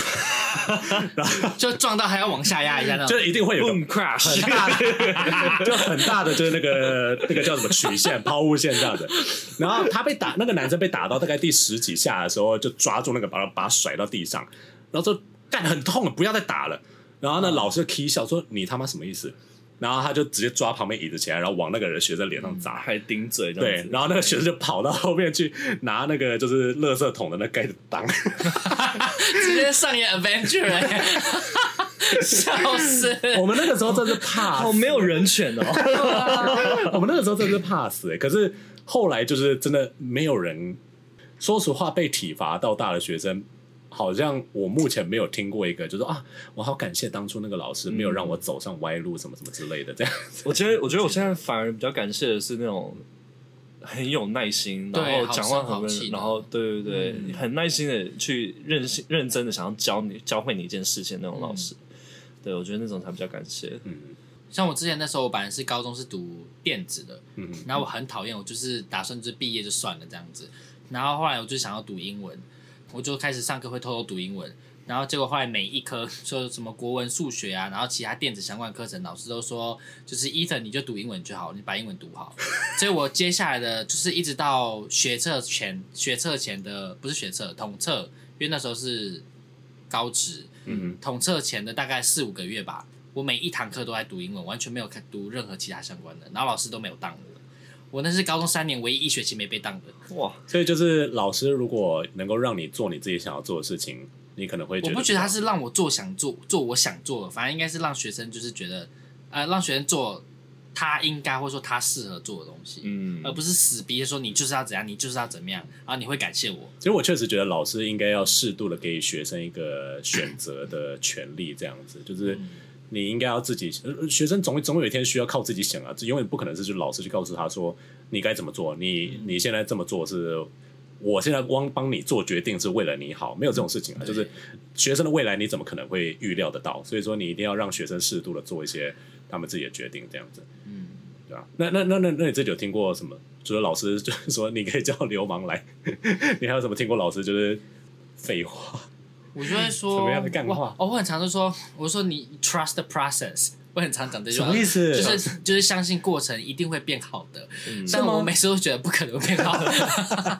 Speaker 2: 就撞到还要往下压一下那种，
Speaker 1: 就一定会有个
Speaker 4: Boom crash，
Speaker 1: 就很大的，就是那个那个叫什么曲线、抛物线这样子。然后他被打，那个男生被打到大概第十几下的时候，就抓住那个，把他把他甩到地上，然后说：“干，很痛，不要再打了。”然后呢，老师就 k 笑说：“你他妈什么意思？”然后他就直接抓旁边椅子起来，然后往那个人学生脸上砸。
Speaker 4: 还顶嘴这样
Speaker 1: 对
Speaker 4: 子，，
Speaker 1: 然后那个学生就跑到后面去拿那个就是垃圾桶的那盖子挡。
Speaker 2: 直接上演 Avenger，、欸、 笑死！
Speaker 1: 我们那个时候真是怕 死，
Speaker 4: 好没有人权哦，
Speaker 1: 我们那个时候真的是怕死、欸，可是后来就是真的没有人。说实话，被体罚到大的学生，好像我目前没有听过一个，就是啊，我好感谢当初那个老师
Speaker 2: 嗯
Speaker 1: 没有让我走上歪路，什么什么之类的。这 样，
Speaker 4: 我觉得，我觉得我现在反而比较感谢的是那种很有耐心，
Speaker 2: 对
Speaker 4: 然后讲
Speaker 2: 好
Speaker 4: 话
Speaker 2: 声
Speaker 4: 很
Speaker 2: 好
Speaker 4: 温
Speaker 2: 气的
Speaker 4: 柔，
Speaker 2: 嗯
Speaker 4: 然后对对对，很耐心的去认识认真的想要教你教会你一件事情的那种老师。
Speaker 2: 嗯
Speaker 4: 对，我觉得那种才比较感谢。
Speaker 2: 像我之前那时候，我本来是高中是读电子的，
Speaker 1: 嗯
Speaker 2: 然后我很讨厌，我就是打算就是毕业就算了这样子。然后后来我就想要读英文，我就开始上课会偷偷读英文。然后结果后来每一科 说什么国文、数学啊，然后其他电子相关课程，老师都说就是 Ethan 你就读英文就好，你把英文读好。所以我接下来的就是一直到学测前，学测前的不是学测统测，因为那时候是高职，
Speaker 1: 嗯
Speaker 2: 统测前的大概四五个月吧，我每一堂课都在读英文，完全没有看读任何其他相关的，然后老师都没有当我。我那是高中三年唯一一学期没被当的，
Speaker 4: 哇，
Speaker 1: 所以就是老师如果能够让你做你自己想要做的事情，你可能会觉
Speaker 2: 我
Speaker 1: 得
Speaker 2: 不觉得他是让我做想做做我想做的，反正应该是让学生就是觉得，呃，让学生做他应该或者说他适合做的东西，
Speaker 4: 嗯
Speaker 2: 而不是死逼地说你就是要怎样，你就是要怎么样，然后你会感谢我。
Speaker 1: 其实我确实觉得老师应该要适度的给予学生一个选择的权利，这样子就是你应该要自己，呃学生总总有一天需要靠自己想啊，这永远不可能是就老师去告诉他说你该怎么做，你你现在这么做是。我现在光帮你做决定是为了你好，没有这种事情啊！就是学生的未来你怎么可能会预料得到？所以说你一定要让学生适度的做一些他们自己的决定，这样子。
Speaker 2: 嗯，
Speaker 1: 对啊，那那那那那你自己有听过什么？就是老师就是说你可以叫流氓来，你还有什么听过老师就是废话？
Speaker 2: 我就会说
Speaker 1: 什么样的干话
Speaker 2: 哇哦，我很常就说，我说你 trust the process，我很常讲这句话。
Speaker 1: 什么意思嗯
Speaker 2: 就是就是相信过程一定会变好的，但
Speaker 1: 是吗
Speaker 2: 我每次都觉得不可能变好。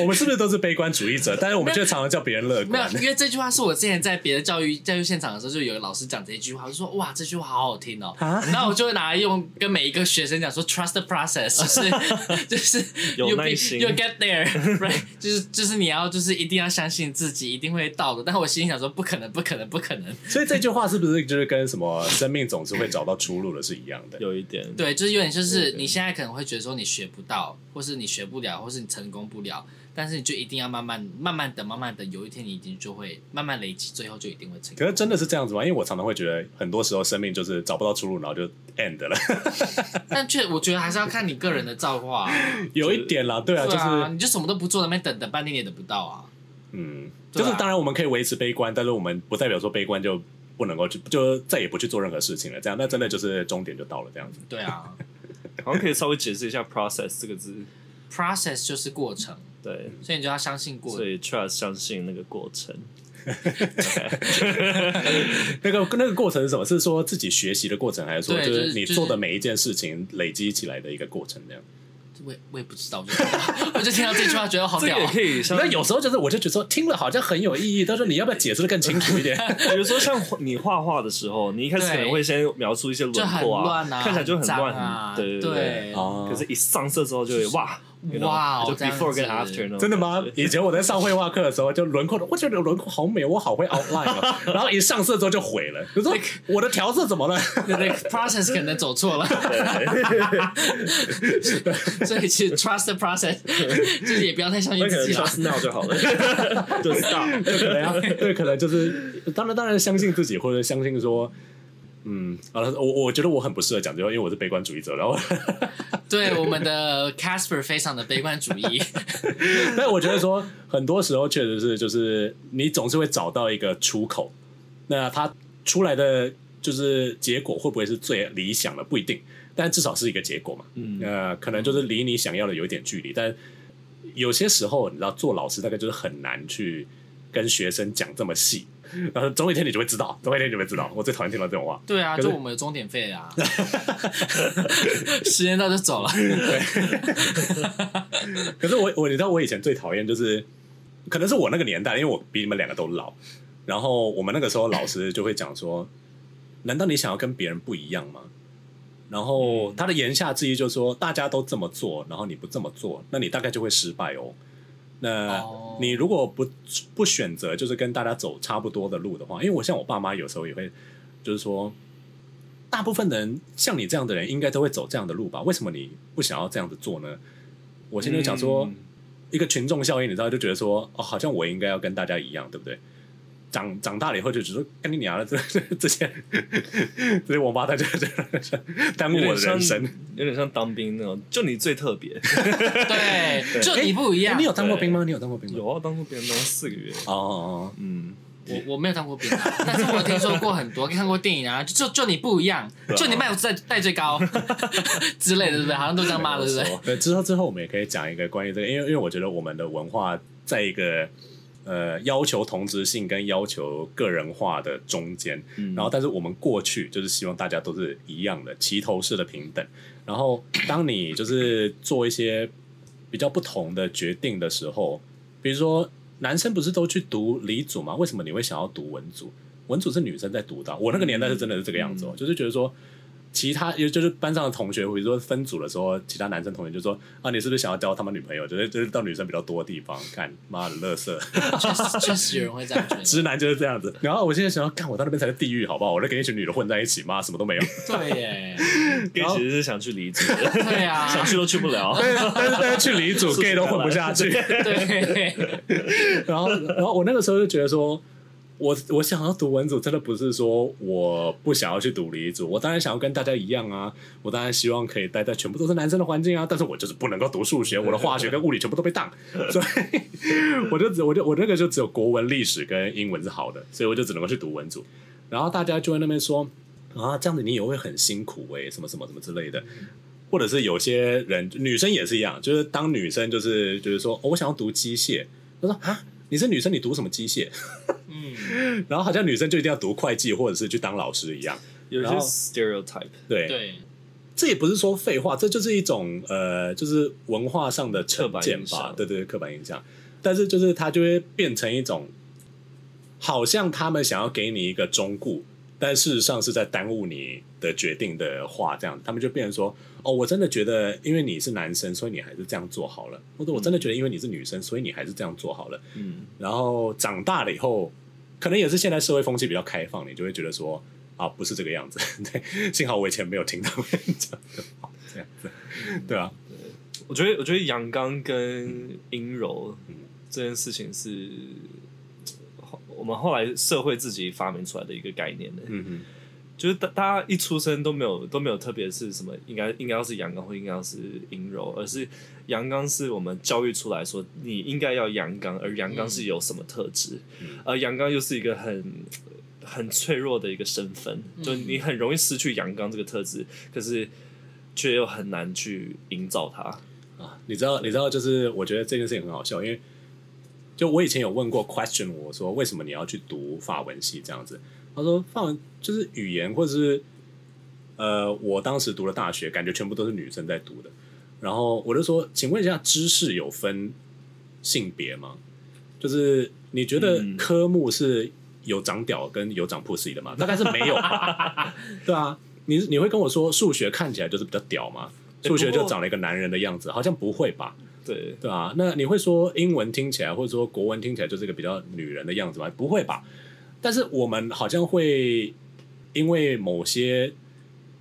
Speaker 1: 我们是不是都是悲观主义者？但是我们却常常叫别人乐
Speaker 2: 没有
Speaker 1: 观，。
Speaker 2: 因为这句话是我之前在别的教育教育现场的时候，就有个老师讲这一句话，我就说哇，这句话好好听哦。
Speaker 1: 啊
Speaker 2: 然后我就会拿来用跟每一个学生讲说，trust the process，就是 就是
Speaker 4: 有
Speaker 2: you
Speaker 4: 耐心
Speaker 2: you get there，right？就是就是你要就是一定要相信自己一定会到的。但我心里想说，不可能，不可能，不可能。
Speaker 1: 所以这句话是不是就是跟什么“生命总是会找到出路的”是一样的？
Speaker 4: 有一点，
Speaker 2: 对，就是有点就
Speaker 4: 对
Speaker 2: 是
Speaker 4: 对
Speaker 2: 你现在可能会觉得说你学不到，或是你学不了，或是你成功不了，但是你就一定要慢慢、慢慢的、慢慢的，有一天你已经就会慢慢累积，最后就一定会成
Speaker 1: 可
Speaker 2: 功。
Speaker 1: 是真的是这样子吗？因为我常常会觉得，很多时候生命就是找不到出路，然后就 end 了。
Speaker 2: 但却我觉得还是要看你个人的造化、啊，
Speaker 1: 有一点啦，对啊，
Speaker 2: 对
Speaker 1: 就
Speaker 2: 啊，
Speaker 1: 是
Speaker 2: 你就什么都不做，那边等等半天你也等不到啊。
Speaker 1: 嗯，
Speaker 2: 对
Speaker 1: 就
Speaker 2: 啊
Speaker 1: 是当然我们可以维持悲观，但是我们不代表说悲观就不能够去，就再也不去做任何事情了。这样，那真的就是终点就到了这样子。
Speaker 2: 对啊
Speaker 4: 好像可以稍微解释一下 “process” 这个字。
Speaker 2: ，process 就是过程，
Speaker 4: 对，
Speaker 2: 所以你就要相信过
Speaker 4: 所
Speaker 2: 程。
Speaker 4: 以 trust 相信那个过程。
Speaker 1: 那个那个过程是什么？是说自己学习的过程，还是说
Speaker 2: 对
Speaker 1: 就
Speaker 2: 就是是
Speaker 1: 你
Speaker 2: 就是
Speaker 1: 做的每一件事情累积起来的一个过程？这样。
Speaker 2: 我也我也不知道，我就我就听到这句话觉得 好
Speaker 4: 这
Speaker 2: 屌、
Speaker 4: 个也
Speaker 2: 啊
Speaker 4: 可。以像
Speaker 1: 那有时候就是，我就觉得说听了好像很有意义，但是你要不要解释的更清楚一 点？
Speaker 4: 比如说像你画画的时候，你一开始可能会先描述一些
Speaker 2: 就
Speaker 4: 轮
Speaker 2: 很
Speaker 4: 廓
Speaker 2: 乱啊，
Speaker 4: 看起来就很
Speaker 2: 脏
Speaker 4: 乱，
Speaker 2: 啊，
Speaker 4: 对对
Speaker 2: 对
Speaker 1: 哦
Speaker 4: 可是，一上色之后就会哇，you know，
Speaker 2: 哇
Speaker 4: 就
Speaker 2: 这样
Speaker 4: before 跟
Speaker 2: 子
Speaker 4: after 呢？
Speaker 1: 真的吗？以前我在上绘画课的时候，就轮廓的，我觉得轮廓好美，我好会 outline 哦。然后一上色之后就毁了，就说我的调色怎 么了？
Speaker 2: 你的 process 可能走错了， 所以其实 trust the process，就是也不要太相
Speaker 4: 那
Speaker 2: 信
Speaker 4: 可
Speaker 2: 自
Speaker 4: 能
Speaker 2: 己了。
Speaker 4: trust now 就好了， 就嗯 stop。
Speaker 1: 就可
Speaker 2: 啊
Speaker 1: 能要 对，可能就是当然当然相信自己，或者相信说。嗯，好了，我我觉得我很不适合讲这个，因为我是悲观主义者。然后，
Speaker 2: 对我们的 Casper 非常的悲观主 义，
Speaker 1: 但我觉得说，很多时候确实是，就是你总是会找到一个出口。那它出来的就是结果会不会是最理想的，不一定，但至少是一个结果嘛。
Speaker 4: 嗯
Speaker 1: 呃，可能就是离你想要的有一点距离，但有些时候你知道，做老师大概就是很难去跟学生讲这么细。 然后总有一天你就会知道，总有一天你就会知道。我最讨厌听到这种话。
Speaker 2: 对啊，
Speaker 1: 可是
Speaker 2: 就我们有钟点费啊， 时间到就走 了。
Speaker 1: 可是我我你知道我以前最讨厌就是，可能是我那个年代，因为我比你们两个都老。然后我们那个时候老师就会讲说：“难道你想要跟别人不一样吗？”然后他的言下之意就是说，大家都这么做，然后你不这么做，那你大概就会失败哦。那
Speaker 2: 哦
Speaker 1: 你如果不不选择就是跟大家走差不多的路的话，因为我像我爸妈有时候也会就是说，大部分人像你这样的人应该都会走这样的路吧？为什么你不想要这样子做呢？我现在就想说，
Speaker 4: 嗯
Speaker 1: 一个群众效应，你知道，就觉得说，哦，好像我应该要跟大家一样，对不对？长长大了以后就只是跟你娘了，这这些这些王八蛋就就就耽误
Speaker 4: 有
Speaker 1: 我
Speaker 4: 点
Speaker 1: 的
Speaker 4: 像
Speaker 1: 人生。
Speaker 4: 有点像当兵那种，就你最特别。
Speaker 2: 对，就你不一
Speaker 1: 哎
Speaker 2: 样
Speaker 1: 你。有当过兵吗？你有当过兵吗？
Speaker 4: 有啊，当过兵当过四个月。
Speaker 1: 哦哦，哦
Speaker 4: 嗯，
Speaker 2: 我我没有当过兵啊，但是我听说过很多，看过电影啊，就就你不一样，
Speaker 4: 啊
Speaker 2: 就你卖在带最高 之类的，对不对？好像都这样骂的，对不对？
Speaker 1: 对，之后之后我们也可以讲一个关于这个，因为因为我觉得我们的文化在一个呃要求同质性跟要求个人化的中间，
Speaker 4: 嗯
Speaker 1: 然后但是我们过去就是希望大家都是一样的齐头式的平等，然后当你就是做一些比较不同的决定的时候，比如说男生不是都去读理组吗？为什么你会想要读文组？文组是女生在读的啊，我那个年代是真的是这个样子哦，就是觉得说。其他也就是班上的同学，比如说分组的时候，其他男生同学就说：“啊，你是不是想要交他们女朋友？就是就是到女生比较多的地方，干妈的乐色，
Speaker 2: 确实确实有人会这样觉得。
Speaker 1: 直男就是这样子。”然后我现在想要干，我到那边才是地狱，好不好？我在跟一群女的混在一起，妈什么都没 有。
Speaker 2: 对耶，
Speaker 4: gay 其实是想去离职的，
Speaker 2: 对啊，
Speaker 4: 想去都去不了。
Speaker 1: 但是但是 但是去离组 gay 都混不下去。
Speaker 2: 对，
Speaker 1: 然后，然后我那个时候就觉得说，我我想要读文组，真的不是说我不想要去读理组，我当然想要跟大家一样啊，我当然希望可以待在全部都是男生的环境啊，但是我就是不能够读数学，我的化学跟物理全部都被当，所以我就只我就我那个就只有国文、历史跟英文是好的，所以我就只能够去读文组。然后大家就在那边说啊，这样子你也会很辛苦哎、什么什么什么之类的。或者是有些人女生也是一样，就是当女生就是就是说、哦我想要读机械，他说啊，你是女生，你读什么机械？
Speaker 2: 嗯，
Speaker 1: 然后好像女生就一定要读会计或者是去当老师一样。
Speaker 4: 有
Speaker 1: 然
Speaker 4: 些
Speaker 1: 后
Speaker 4: stereotype，
Speaker 1: 对，
Speaker 2: 对，
Speaker 1: 这也不是说废话，这就是一种呃，就是文化上的成见
Speaker 4: 刻板印
Speaker 1: 吧
Speaker 4: 象，
Speaker 1: 对对对，刻板印象。但是就是它就会变成一种，好像他们想要给你一个忠固，但事实上是在耽误你的决定的话，这样他们就变成说，哦，我真的觉得因为你是男生，所以你还是这样做好了，或者我真的觉得因为你是女生，所以你还是这样做好了。
Speaker 4: 嗯，
Speaker 1: 然后长大了以后，可能也是现在社会风气比较开放，你就会觉得说啊，不是这个样子。 对，幸好我以前没有听到别人讲的话这样子，对啊，
Speaker 4: 我觉得我觉得阳刚跟阴柔
Speaker 1: 嗯
Speaker 4: 这件事情是后我们后来社会自己发明出来的一个概念的，欸
Speaker 1: 嗯哼，
Speaker 4: 就是大大家一出生都没有都没有特别是什么应该应该要是阳刚或应该要是阴柔，而是阳刚是我们教育出来说你应该要阳刚，而阳刚是有什么特质，而阳刚又是一个很。很脆弱的一个身份，就你很容易失去阳刚这个特质，可是却又很难去营造它。
Speaker 1: 啊，你知道，你知道，就是我觉得这件事情很好笑，因为就我以前有问过 question，我说为什么你要去读法文系这样子？他说法文就是语言，或者是呃，我当时读了大学，感觉全部都是女生在读的。然后我就说，请问一下，知识有分性别吗？就是你觉得
Speaker 4: 嗯
Speaker 1: 科目是有长屌跟有长 pussy 的吗？大概是没有吧？对啊，你你会跟我说数学看起来就是比较屌吗？
Speaker 4: 哎
Speaker 1: 数学
Speaker 4: 不过
Speaker 1: 就长了一个男人的样子，好像不会吧？
Speaker 4: 对，
Speaker 1: 对啊，那你会说英文听起来，或者说国文听起来就是一个比较女人的样子吗？不会吧？但是我们好像会因为某些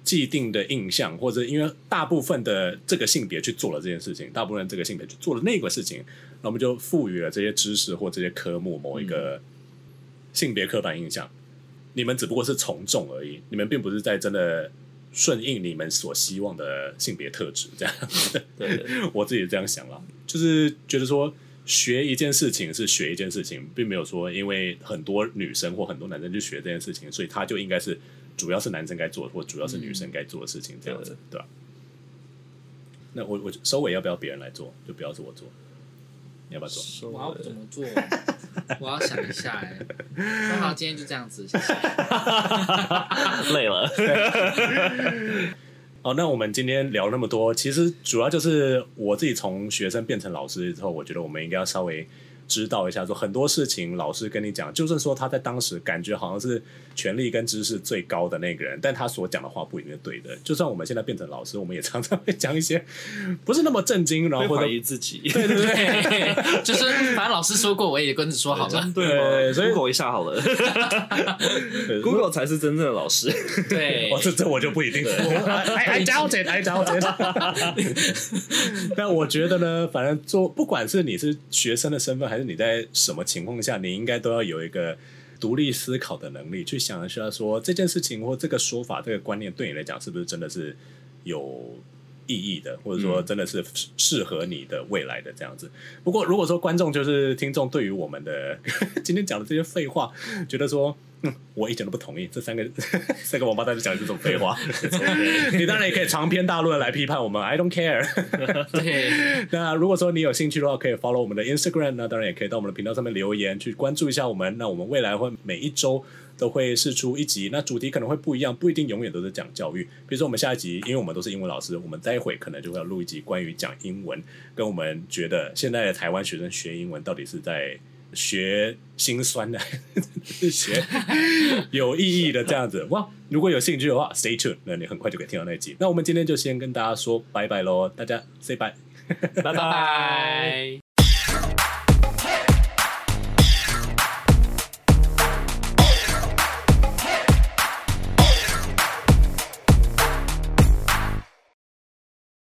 Speaker 1: 既定的印象，或者因为大部分的这个性别去做了这件事情，大部分这个性别去做了那个事情，那我们就赋予了这些知识或这些科目某一个性别刻板印象。你们只不过是从众而已，你们并不是在真的顺应你们所希望的性别特质这样子。
Speaker 4: 对，
Speaker 1: 我自己这样想啦，就是觉得说学一件事情是学一件事情，并没有说因为很多女生或很多男生去学这件事情，所以他就应该是主要是男生该做的或主要是女生该做的事情这样子，对吧、那我我收尾要不要别人来做？就不要是我做，你要不要做？
Speaker 2: 我要怎么 做？我要想一下 哎。那好，今天就这样子，谢谢。
Speaker 4: 累了。
Speaker 1: 哦，那我们今天聊那么多，其实主要就是我自己从学生变成老师之后，我觉得我们应该要稍微知道一下，说很多事情老师跟你讲，就算说他在当时感觉好像是权力跟知识最高的那个人，但他所讲的话不一定是对的。就算我们现在变成老师，我们也常常会讲一些不是那么震惊，然后
Speaker 4: 会
Speaker 1: 或
Speaker 4: 怀
Speaker 1: 者
Speaker 4: 疑自己，
Speaker 2: 就是反正老师说过，我也跟着说好了。
Speaker 1: 对
Speaker 4: 对
Speaker 1: 所以
Speaker 4: Google 一下好了 ，Google 才是真正的老师。
Speaker 2: 对
Speaker 1: 哦，，这这我就不一 定。I 哎 I doubt it, I doubt it 。但我觉得呢，反正做不管是你是学生的身份，还是你在什么情况下，你应该都要有一个独立思考的能力，去想一下说这件事情或这个说法、这个观念对你来讲是不是真的是有意义的，或者
Speaker 2: 嗯
Speaker 1: 说真的是适适合你的未来的这样子。不过如果说观众就是听众，对于我们的 今天讲的这些废话，觉得说。嗯，我一点都不同意。这三个 三个王八蛋就讲这种废话，你当然也可以长篇大论来批判我们。I don't care。
Speaker 2: 对，
Speaker 1: 那如果说你有兴趣的话，可以 follow 我们的 Instagram，那当然也可以到我们的频道上面留言，去关注一下我们。那我们未来会每一周都会试出一集，那主题可能会不一样，不一定永远都是讲教育。比如说我们下一集，因为我们都是英文老师，我们待会可能就会要录一集关于讲英文，跟我们觉得现在的台湾学生学英文到底是在。学心酸的， 学有意义的这样子哇！如果有兴趣的话，Stay tuned，那你很快就可以听到那一集。那我们今天就先跟大家说拜拜喽，大家 say bye。
Speaker 2: 拜拜。